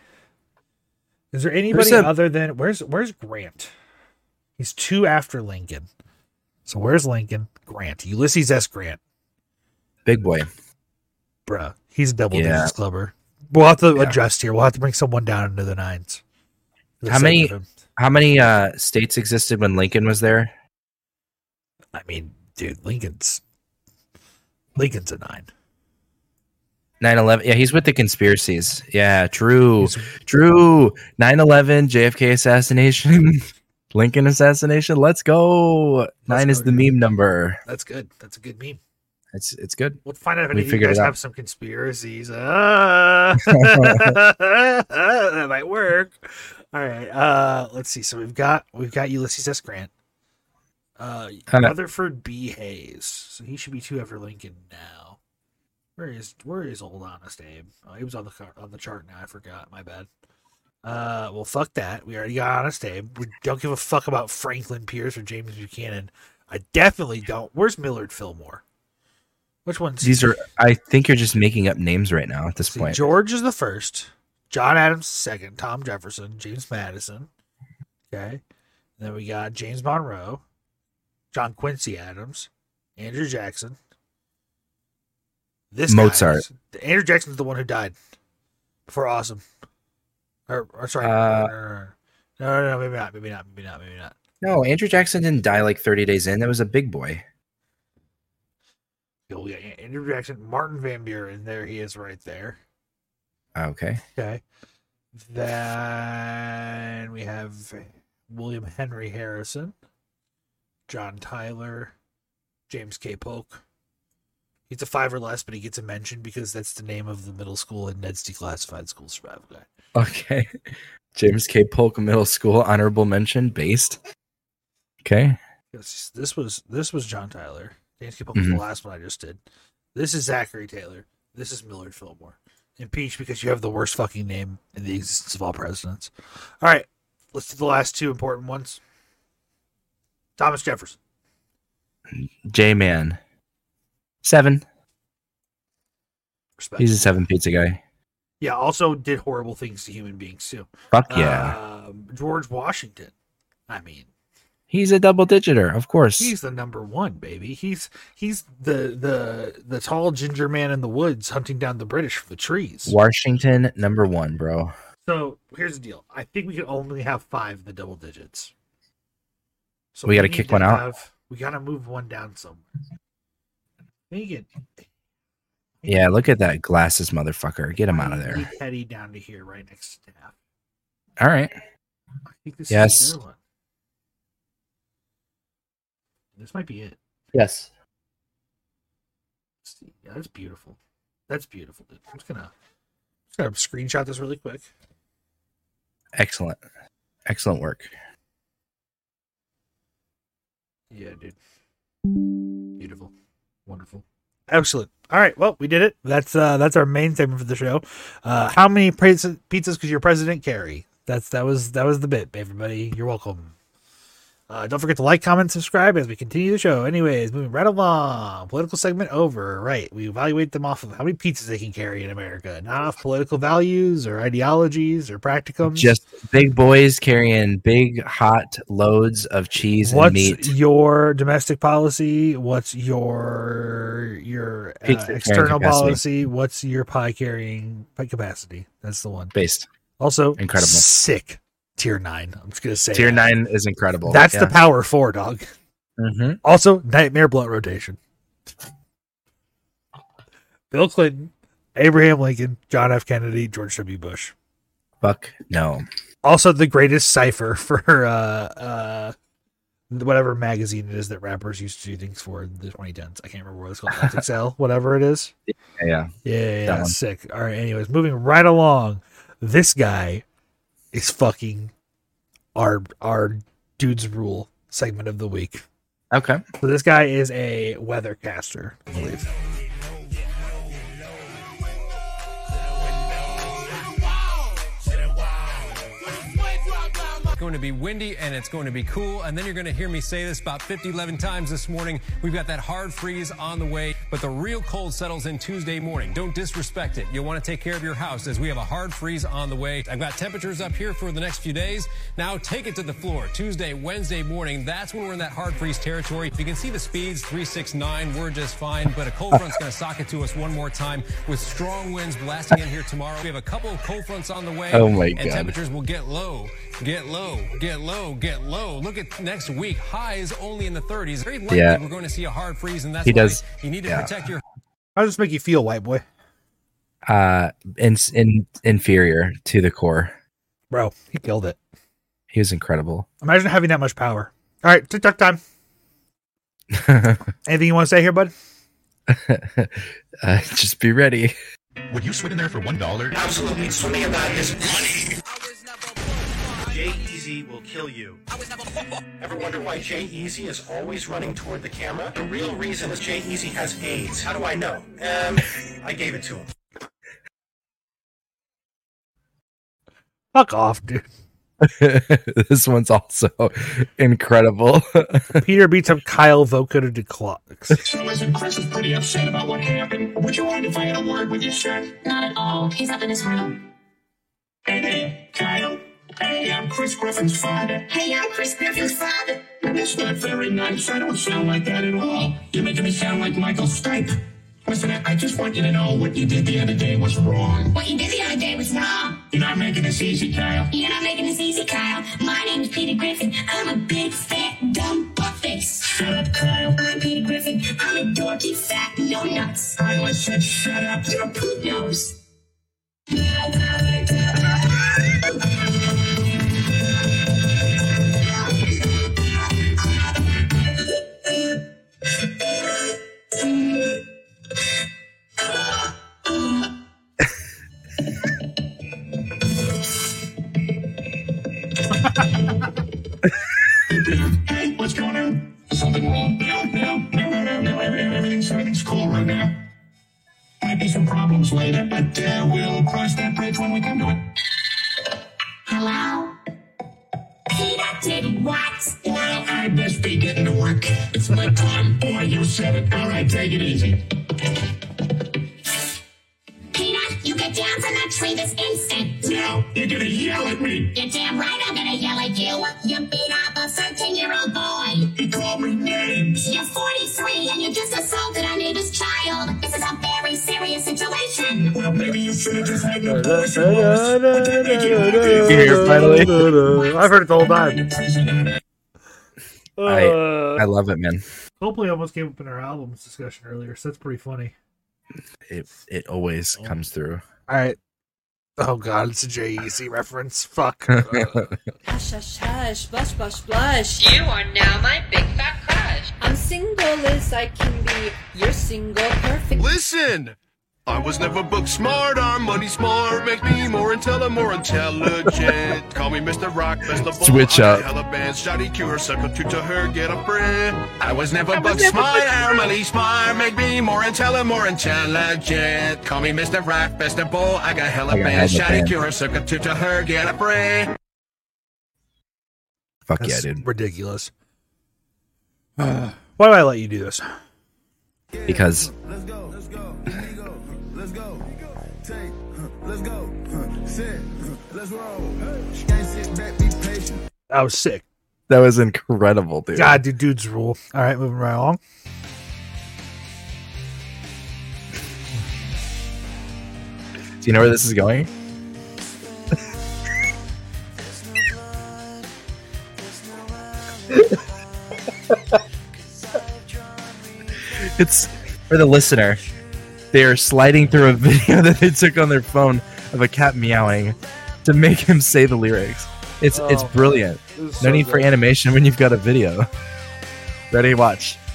Is there anybody
a-
other than where's where's Grant? He's two after Lincoln. So where's Lincoln? Grant. Ulysses S. Grant.
Big boy.
Bruh. He's a double
Yeah.
digits clubber. We'll have to
Yeah.
adjust here. We'll have to bring someone down into the nines. For the
How
sake
many
of him.
how many uh states existed when Lincoln was there?
I mean, dude, Lincoln's Lincoln's a nine.
9-11 yeah he's with the conspiracies yeah true true 9-11 jfk assassination lincoln assassination let's go nine is the meme number
That's good. That's a good meme.
it's it's good
We'll find out if
We
any of you
figured
guys
it out.
have some conspiracies. Ah. that might work. All right. Uh, let's see. So we've got we've got Ulysses S. Grant, uh,
Kinda-
Rutherford B. Hayes. So he should be two after Lincoln now. Where is where is old honest Abe? Oh, he was on the car, on the chart now. I forgot. My bad. Uh, well, fuck that. We already got honest Abe. We don't give a fuck about Franklin Pierce or James Buchanan. I definitely don't. Where's Millard Fillmore? Which one's
these are i think you're just making up names right now at this
See,
point
George is the first, John Adams second, Tom Jefferson, James Madison. Okay. And then we got James Monroe, John Quincy Adams, Andrew Jackson. This guy
Mozart.
is- Andrew Jackson's the one who died before Awesome. Or, or sorry.
Uh,
no, no, no, no, maybe not. Maybe not. Maybe not. Maybe not.
no andrew jackson didn't die like 30 days in that was a big boy
Yeah, we got Andrew Jackson, Martin Van Buren. There he is right there.
Ah, okay
Okay. Then we have William Henry Harrison, John Tyler, James K. Polk. He's a five or less, but he gets a mention because that's the name of the middle school in Ned's declassified school survival guide.
okay james k polk middle school honorable mention based okay
This, this was this was John Tyler. James K. Polk was
Mhm.
the last one I just did. This is Zachary Taylor. This is Millard Fillmore. Impeached because you have the worst fucking name in the existence of all presidents. All right, let's do the last two important ones. Thomas Jefferson.
j man seven
Respect.
he's a seven pizza guy
Yeah, also did horrible things to human beings too.
Fuck yeah.
Um, George Washington. I mean,
he's a double digiter of course
he's the number one baby. He's he's the the the tall ginger man in the woods hunting down the British for the trees.
Washington number one, bro.
So here's the deal. I think we can only have five in the double digits. So
We gotta
need
kick one out.
we gotta move one down somewhere. Megan,
Yeah, look at that glasses motherfucker. Get him out of
keep
there.
Teddy down to here, right next to Taft.
All right.
I think this is
Yes.
your one. This might be it.
Yes.
See, yeah, that's beautiful. That's beautiful, dude. I'm just gonna, just gonna screenshot this really quick.
Excellent. Excellent work.
Yeah, dude. Beautiful. Wonderful. Excellent. All right. Well, we did it. That's uh that's our main segment for the show. Uh how many pizzas, pizzas could your president carry? That's that was that was the bit, everybody. You're welcome. Uh, don't forget to like, comment, subscribe as we continue the show. Anyways, moving right along. Political segment over. Right. We evaluate them off of how many pizzas they can carry in America, not off political values or ideologies or practicums.
Just big boys carrying big hot loads of cheese
what's
and meat.
your domestic policy what's your your uh,
Pizza carrying
external
capacity.
policy what's your pie carrying pie capacity that's the one
Based.
also
Incredible.
sick tier 9 i'm just gonna say
Tier
that.
nine is incredible.
that's the
Yeah.
power four dog
Mhm.
also nightmare blunt rotation bill clinton abraham lincoln john f kennedy george w bush
Fuck no.
also the greatest cipher for uh uh whatever magazine it is that rappers used to do things for in the 2010s i can't remember what it's called xxl whatever it is
Yeah. yeah.
yeah, yeah,
That
yeah
one.
sick all right anyways moving right along this guy is fucking our our dude's rule segment of the week
Okay.
so this guy is a weathercaster i believe
going to be windy and it's going to be cool. And then you're going to hear me say this about 50, 11 times this morning. We've got that hard freeze on the way, but the real cold settles in Tuesday morning. Don't disrespect it. You'll want to take care of your house as we have a hard freeze on the way. I've got temperatures up here for the next few days. Now take it to the floor. Tuesday, Wednesday morning, that's when we're in that hard freeze territory. You can see the speeds 369. We're just fine, but a cold front's going to sock it to us one more time with strong winds blasting in here tomorrow. We have a couple of cold fronts on the way.
Oh my
And
God.
temperatures will get low, get low, get low, get low. Look at next week. Highs only in the 30s. Very likely
Yeah.
we're going to see a hard freeze, and that's
He
why
does-
you need to
yeah.
protect your
How does this make you feel, white boy?
Uh, in, in inferior to the core.
Bro, he killed it.
He was incredible.
Imagine having that much power. All right, TikTok time. Anything you want to say here, bud?
Uh, just be ready.
Would you swim in there for one dollar? Absolutely, swimming about is money. Jay Easy E will kill you. Ever wonder why Jay Easy is always running toward the camera? The real reason is Jay Easy has AIDS. How do I know? Um, I gave it to him.
Fuck off, dude.
this one's also incredible.
Peter beats up Kyle Voka to declock.
Listen, Chris is pretty upset about what happened. Would you mind if I had a word with you, sir? Not at all. He's up in his room. Hey, hey, Kyle. Hey, I'm Chris Griffin's father. Hey, I'm Chris Griffin's father. That's not very nice. I don't sound like that at all. You're making me sound like Michael Stipe. Listen, I I just want you to know what you did the other day was wrong.
What you did the other day was wrong.
You're not making this easy, Kyle.
You're not making this easy, Kyle. My name's Peter Griffin. I'm a big, fat, dumb buttface. Shut up, Kyle. I'm Peter Griffin. I'm a dorky, fat, no nuts. I always said shut up. You're a poop nose.
Hey, what's going on? Something wrong? No, no, no, no, no, no. Everything, everything's, everything's cool right now. Might be some problems later, but uh, we'll cross that bridge when we come to it.
Hello? Peter did what? Well, I must be getting to work. It's my time.
Boy, you said it. All right, take it easy.
Peter, you get down from that tree this instant.
Now, you're gonna yell at me.
You're damn right I'm gonna yell at you. You beat up a 13 year old boy.
You called me names.
You're 43 and you just assaulted our neighbor's child. This is a very serious situation.
Well, maybe you should have just had an abortion. Lois. Would that make you happier?
Here, finally.
I've heard it the whole time.
I I love it, man.
Hopefully, almost came up in our albums discussion earlier, so that's pretty funny.
It it always comes through.
All right. Oh God, it's a JEC reference. Fuck.
Hush, hush, hush, blush, blush, blush. You are now my big fat crush. I'm single as I can be. You're single, perfect.
Listen! I was never book smart, I'm money smart. Make me more intelligent, more intelligent. Call me Mr. Rock, Mr. Ball,
Switch
I'm
up.
a hella band, shoddy cure, substitute to her, get a friend. I was never
I was
book
never
smart,
book
I'm money smart. Make me more intelligent, more intelligent. Call me Mr. Rock, Mr. Ball, I got hella
I got
band,
hella
shoddy
band.
cure, substitute to her, get a friend.
Fuck
That's
yeah, dude.
Ridiculous. Why do I let you do this?
Because
I was sick.
that was incredible, dude.
God, dude, dudes rule. All right, moving right along.
Do you know where this is going? it's for the listener. They are sliding through a video that they took on their phone of a cat meowing to make him say the lyrics. It's it's
Oh,
brilliant.
this
No
is so
need for
good.
animation when you've got a video. Ready? Watch.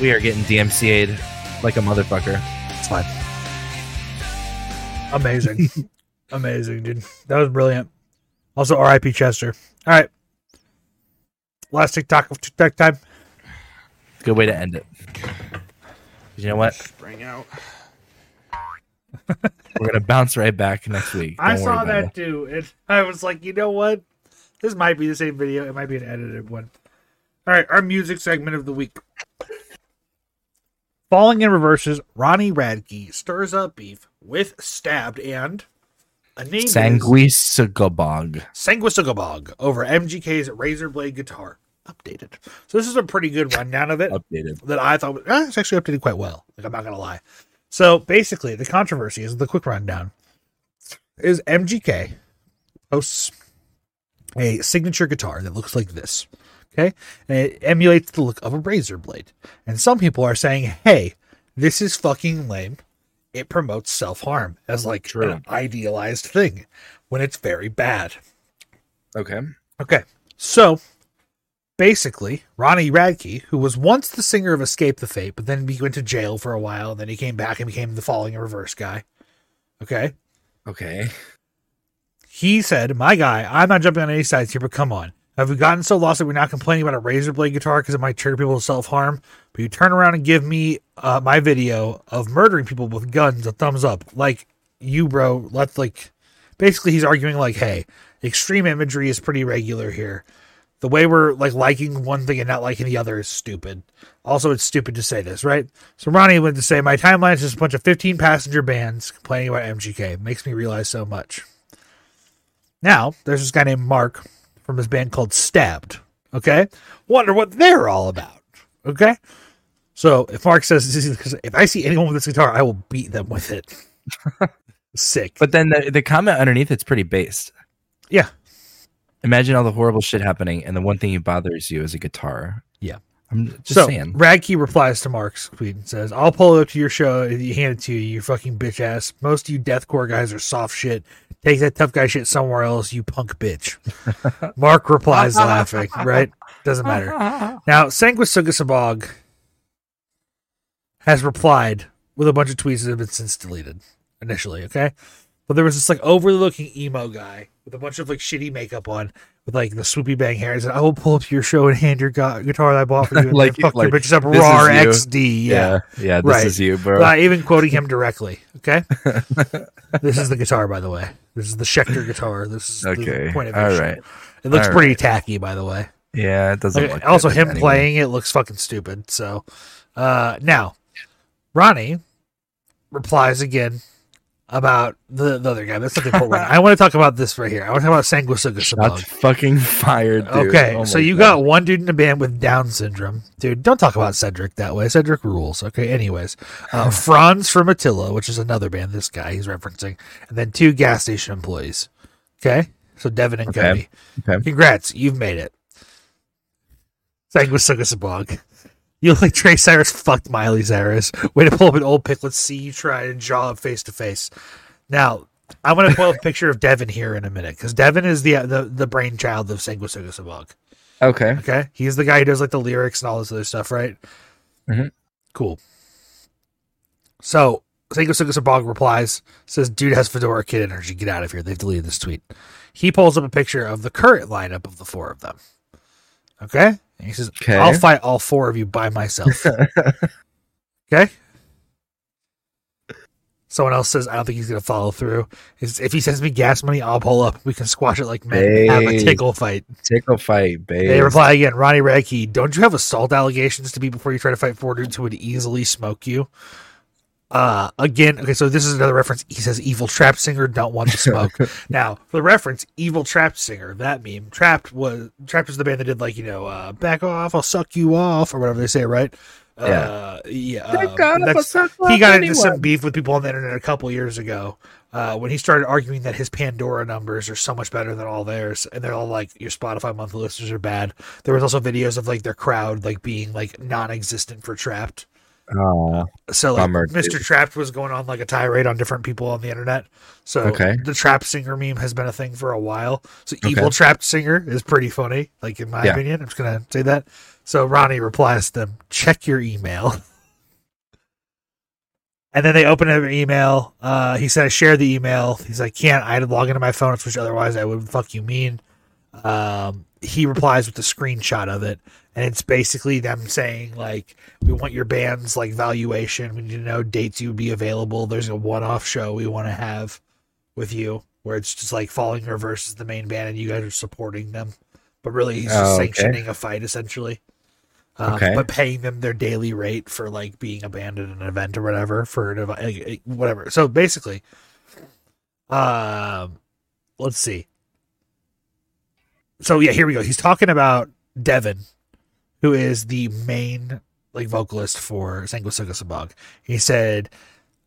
We are getting DMCA'd like a motherfucker. It's fine.
Amazing. Amazing, dude. That was brilliant. Also, RIP Chester. All right. Last TikTok of TikTok time.
Good way to end it. 'Cause You know what?
Bring out.
We're gonna bounce right back next week.
I
Don't worry
saw
about
that
it.
too, and I was like, you know what? This might be the same video. It might be an edited one. All right, our music segment of the week. Falling in Reverses, Ronnie Radke stirs up beef with Stabbed and a name is-
Sanguisugabog.
Sanguisugabog over MGK's Razorblade guitar. Updated. So this is a pretty good rundown of it.
Updated.
That I thought was, eh, it's actually updated quite well. Like I'm not gonna lie. So basically, the controversy is the quick rundown is MGK posts a signature guitar that looks like this. Okay, and it emulates the look of a razor blade. And some people are saying, "Hey, this is fucking lame. It promotes self harm as like an idealized thing when it's very bad."
Okay.
Okay. So basically, Ronnie Radke, who was once the singer of Escape the Fate, but then he went to jail for a while, then he came back and became the Falling in Reverse guy. Okay.
Okay.
He said, My guy, I'm not jumping on any sides here, but come on. Have we gotten so lost that we're not complaining about a razor blade guitar because it might trigger people to self harm? But you turn around and give me uh, my video of murdering people with guns a thumbs up. Like, you, bro, let's like. Basically, he's arguing, like, hey, extreme imagery is pretty regular here. The way we're like liking one thing and not liking the other is stupid. Also, it's stupid to say this, right? So Ronnie went to say, My timeline is just a bunch of 15 passenger bands complaining about MGK. Makes me realize so much. Now, there's this guy named Mark from his band called Stabbed. Okay? Wonder what they're all about. Okay? So if Mark says this is because if I see anyone with this guitar, I will beat them with it. Sick.
But then the, the comment underneath it's pretty based.
Yeah.
Imagine all the horrible shit happening, and the one thing that bothers you is a guitar.
Yeah.
I'm just
so
saying.
Radke replies to Mark's tweet and says, I'll pull up to your show and hand it to you, you fucking bitch ass. Most of you deathcore guys are soft shit. Take that tough guy shit somewhere else, you punk bitch. Mark replies laughing, right? Doesn't matter. Now, Sanguisugasabog has replied with a bunch of tweets that have been since deleted initially, okay? But there was this like overly looking emo guy with a bunch of like shitty makeup on with like the swoopy bang hair and said, I will pull up to your show and hand your gu- guitar that I bought for you and like, fuck your bitches up
this is
RAR
you.
XD. Yeah.
Yeah. yeah, this is you, bro.
Uh, even quoting him directly, okay? this is the guitar, by the way. This is the Schecter guitar. This is
Okay,
the point of
all
issue.
right,
It looks
all
pretty
right.
tacky, by the way.
Yeah, it doesn't
Like,
look
also,
good
him
anyway.
playing it looks fucking stupid. So, uh, now Ronnie replies again about the, the other guy. That's not the important one. I want to talk about this right here. I want to talk about
That's
Sanguisuga
fucking fired, dude.
Okay,
Oh
so
my
you
God.
got one dude in the band with Down syndrome, dude. Don't talk about Cedric that way. Cedric rules. Okay, anyways, uh, Franz from Attila, which is another band. This guy he's referencing, and then two gas station employees. Okay, so Devin and
Okay,
Cody. Congrats, you've made it. Sanguisuga Sabog. You look like Trey Cyrus fucked Miley Cyrus. Way to pull up an old pic. Let's see you try and jaw up face to face. Now, I'm going to pull up a picture of Devin here in a minute because Devin is the, the the brainchild of Sanguisuga Sabog.
Okay.
Okay. He's the guy who does like the lyrics and all this other stuff, right?
Mhm.
Cool. So Sanguisuga Sabog replies, says, Dude has Fedora Kid energy. Get out of here. They've deleted this tweet. He pulls up a picture of the current lineup of the four of them. Okay. And he says,
Okay.
I'll fight all four of you by myself. okay. Someone else says, I don't think he's going to follow through. He says, If he sends me gas money, I'll pull up. We can squash it like men. and Have a
Babe.
tickle fight.
Tickle fight, babe.
They reply again, Ronnie Radke, don't you have assault allegations to be before you try to fight four dudes who would easily smoke you? Uh, again, okay, so this is another reference. He says, Evil Trap Singer, don't want to smoke. now, for the reference, Evil Trap Singer, that meme, Trapped was, Trapped was the band that did, like, you know, uh, back off, I'll suck you off, or whatever they say, right? Uh, yeah.
Back
um,
off, I'll
that's-
suck
he
off
got into
anyone.
some beef with people on the internet a couple years ago uh, when he started arguing that his Pandora numbers are so much better than all theirs, and they're all like your Spotify monthly listeners are bad. There was also videos of like their crowd like being like non-existent for Trapped.
Oh,
So like
bummer,
Mr.
dude.
Trapped was going on like a tirade on different people on the internet. So
Okay.
the Trapped Singer meme has been a thing for a while. So
Okay.
Evil Trapped Singer is pretty funny, like in my
Yeah.
opinion. I'm just gonna say that. So Ronnie replies to them, check your email. And then they open up an email. Uh, he said, I shared the email. He's like, can't. I had to log into my phone, which otherwise I would fuck you mean. um, he replies with a screenshot of it, and it's basically them saying like, "We want your band's like valuation. We need to know dates you would be available. There's a one-off show we want to have with you, where it's just like Falling Reverse is the main band, and you guys are supporting them, but really he's just
Oh, okay.
sanctioning a fight essentially." Um,
Okay.
But paying them their daily rate for like being abandoned at an event or whatever for an ev- like, like, whatever. So basically, um, let's see. So yeah, here we go. He's talking about Devin, who is the main like vocalist for Sanguisuga Sabag. He said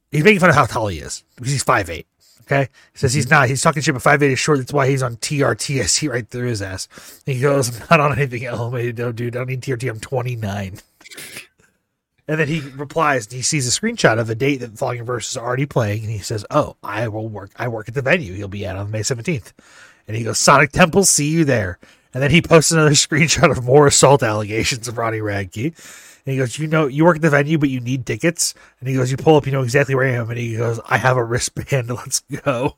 he's making fun of how tall he is because he's five eight. Okay, he says he's not. He's talking shit, but five eight is short. That's why he's on TRTSC right through his ass. And he goes, "I'm not on anything else, mate. No, dude, I don't need TRT. I'm 29." And then he replies, and he sees a screenshot of a date that Falling Reverse is already playing, and he says, "Oh, I will work. I work at the venue. He'll be out on May 17th." And he goes, "Sonic Temple, see you there." And then he posts another screenshot of more assault allegations of Ronnie Radke. And he goes, "You know, you work at the venue, but you need tickets." And he goes, "You pull up, you know exactly where I am." And he goes, "I have a wristband. Let's go."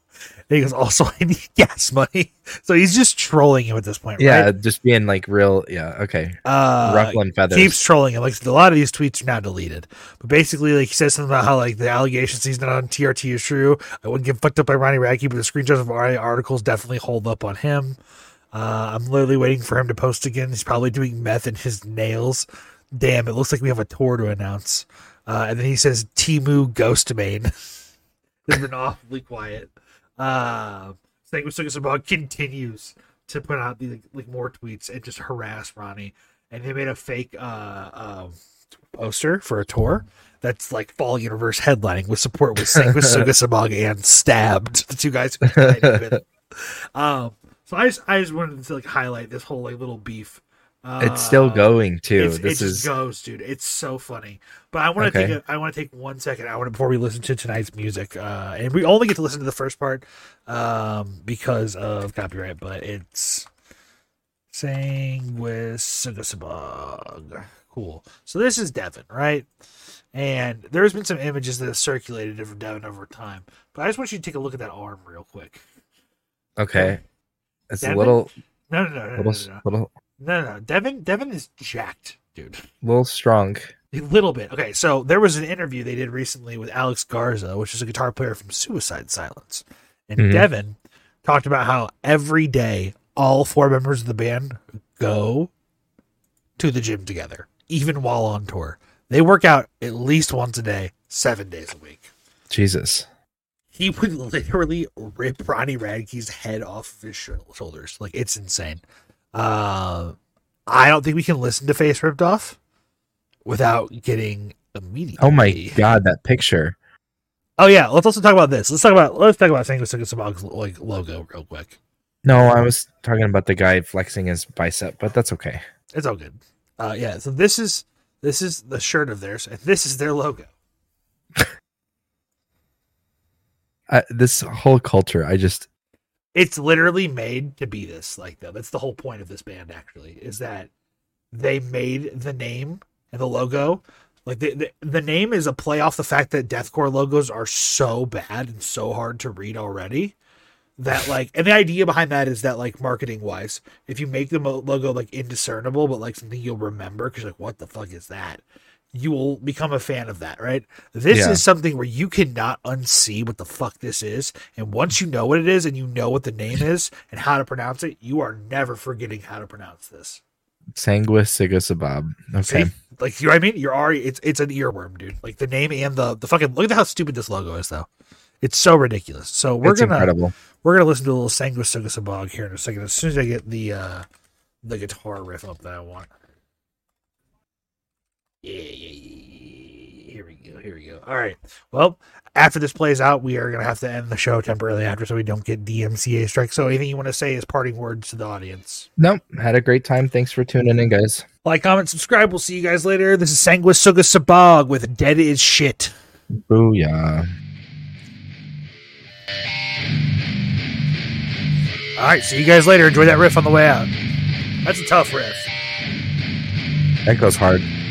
And he goes, "Also, I need gas money." So he's just trolling him at this point,
Yeah,
right?
just being like real. Yeah, okay.
uh,
Ruffle and feathers.
Keeps trolling him. Like a lot of these tweets are now deleted, but basically, like he says something about how like the allegations he's not on TRT is true. I wouldn't get fucked up by Ronnie Radke, but the screenshots of our articles definitely hold up on him. Uh, I'm literally waiting for him to post again. He's probably doing meth in his nails. Damn, it looks like we have a tour to announce. Uh, and then he says Timu Ghost Main. They've been awfully quiet. Uh, Snake About continues to put out these like, like more tweets and just harass Ronnie. And they made a fake uh, um, poster for a tour that's like Fall Universe headlining with support with Snake Sabag and Stabbed, the two guys who headlined with. Um, so I just I just wanted to like highlight this whole like little beef. Uh,
It's still going, too.
it's-
This
it just
is-
goes, dude. It's so funny. But I want to
Okay.
take a, I want to take one second. I want to before we listen to tonight's music, uh, and we only get to listen to the first part um, because of copyright. But it's saying with Sugasabug. Cool. So this is Devin, right? And there's been some images that have circulated of Devin over time. But I just want you to take a look at that arm real quick.
Okay. It's
Devin-
a little
No, no, no, no,
little
no, no, no.
little
No, no, no. Devin, Devin is jacked, dude.
little strong.
A little bit. Okay, so there was an interview they did recently with Alex Garza, which is a guitar player from Suicide Silence. And
Mhm.
Devin talked about how every day all four members of the band go to the gym together, even while on tour. They work out at least once a day, seven days a week.
Jesus.
He would literally rip Ronnie Radke's head off of his shou- shoulders. Like, it's insane. Uh, I don't think we can listen to Face Ripped Off without getting immediate.
Oh my god, that picture.
Oh yeah, let's also talk about this. Let's talk about let's talk about Sango Sabag's like logo real quick.
No, I was talking about the guy flexing his bicep, but that's okay.
It's all good. Uh, yeah, so this is this is the shirt of theirs, and this is their logo.
I, this whole culture, I just
It's literally made to be this like though. That's the whole point of this band actually is that they made the name and the logo. Like the, the the name is a play off the fact that deathcore logos are so bad and so hard to read already. that like and the idea behind that is that like marketing wise if you make the mo- logo like indiscernible but like something you'll remember because like what the fuck is that you will become a fan of that right this
Yeah.
is something where you cannot unsee what the fuck this is and once you know what it is and you know what the name is and how to pronounce it you are never forgetting how to pronounce this
Sangua Sigasabab. Okay.
See? like you know what i mean you're already it's it's an earworm dude like the name and the the fucking look at how stupid this logo is though it's so ridiculous so we're
it's
gonna
incredible.
we're gonna listen to a little Sanguisugasabog here in a second. As soon as I get the uh the guitar riff up that I want. Yeah, yeah, yeah, yeah. Here we go. Here we go. All right. Well, after this plays out, we are gonna have to end the show temporarily after, so we don't get DMCA strike. So, anything you want to say is parting words to the audience.
Nope. Had a great time. Thanks for tuning in, guys.
Like, comment, subscribe. We'll see you guys later. This is Sanguisugasabog with Dead is Shit.
Booyah.
All right. See you guys later. Enjoy that riff on the way out. That's a tough riff.
That goes hard.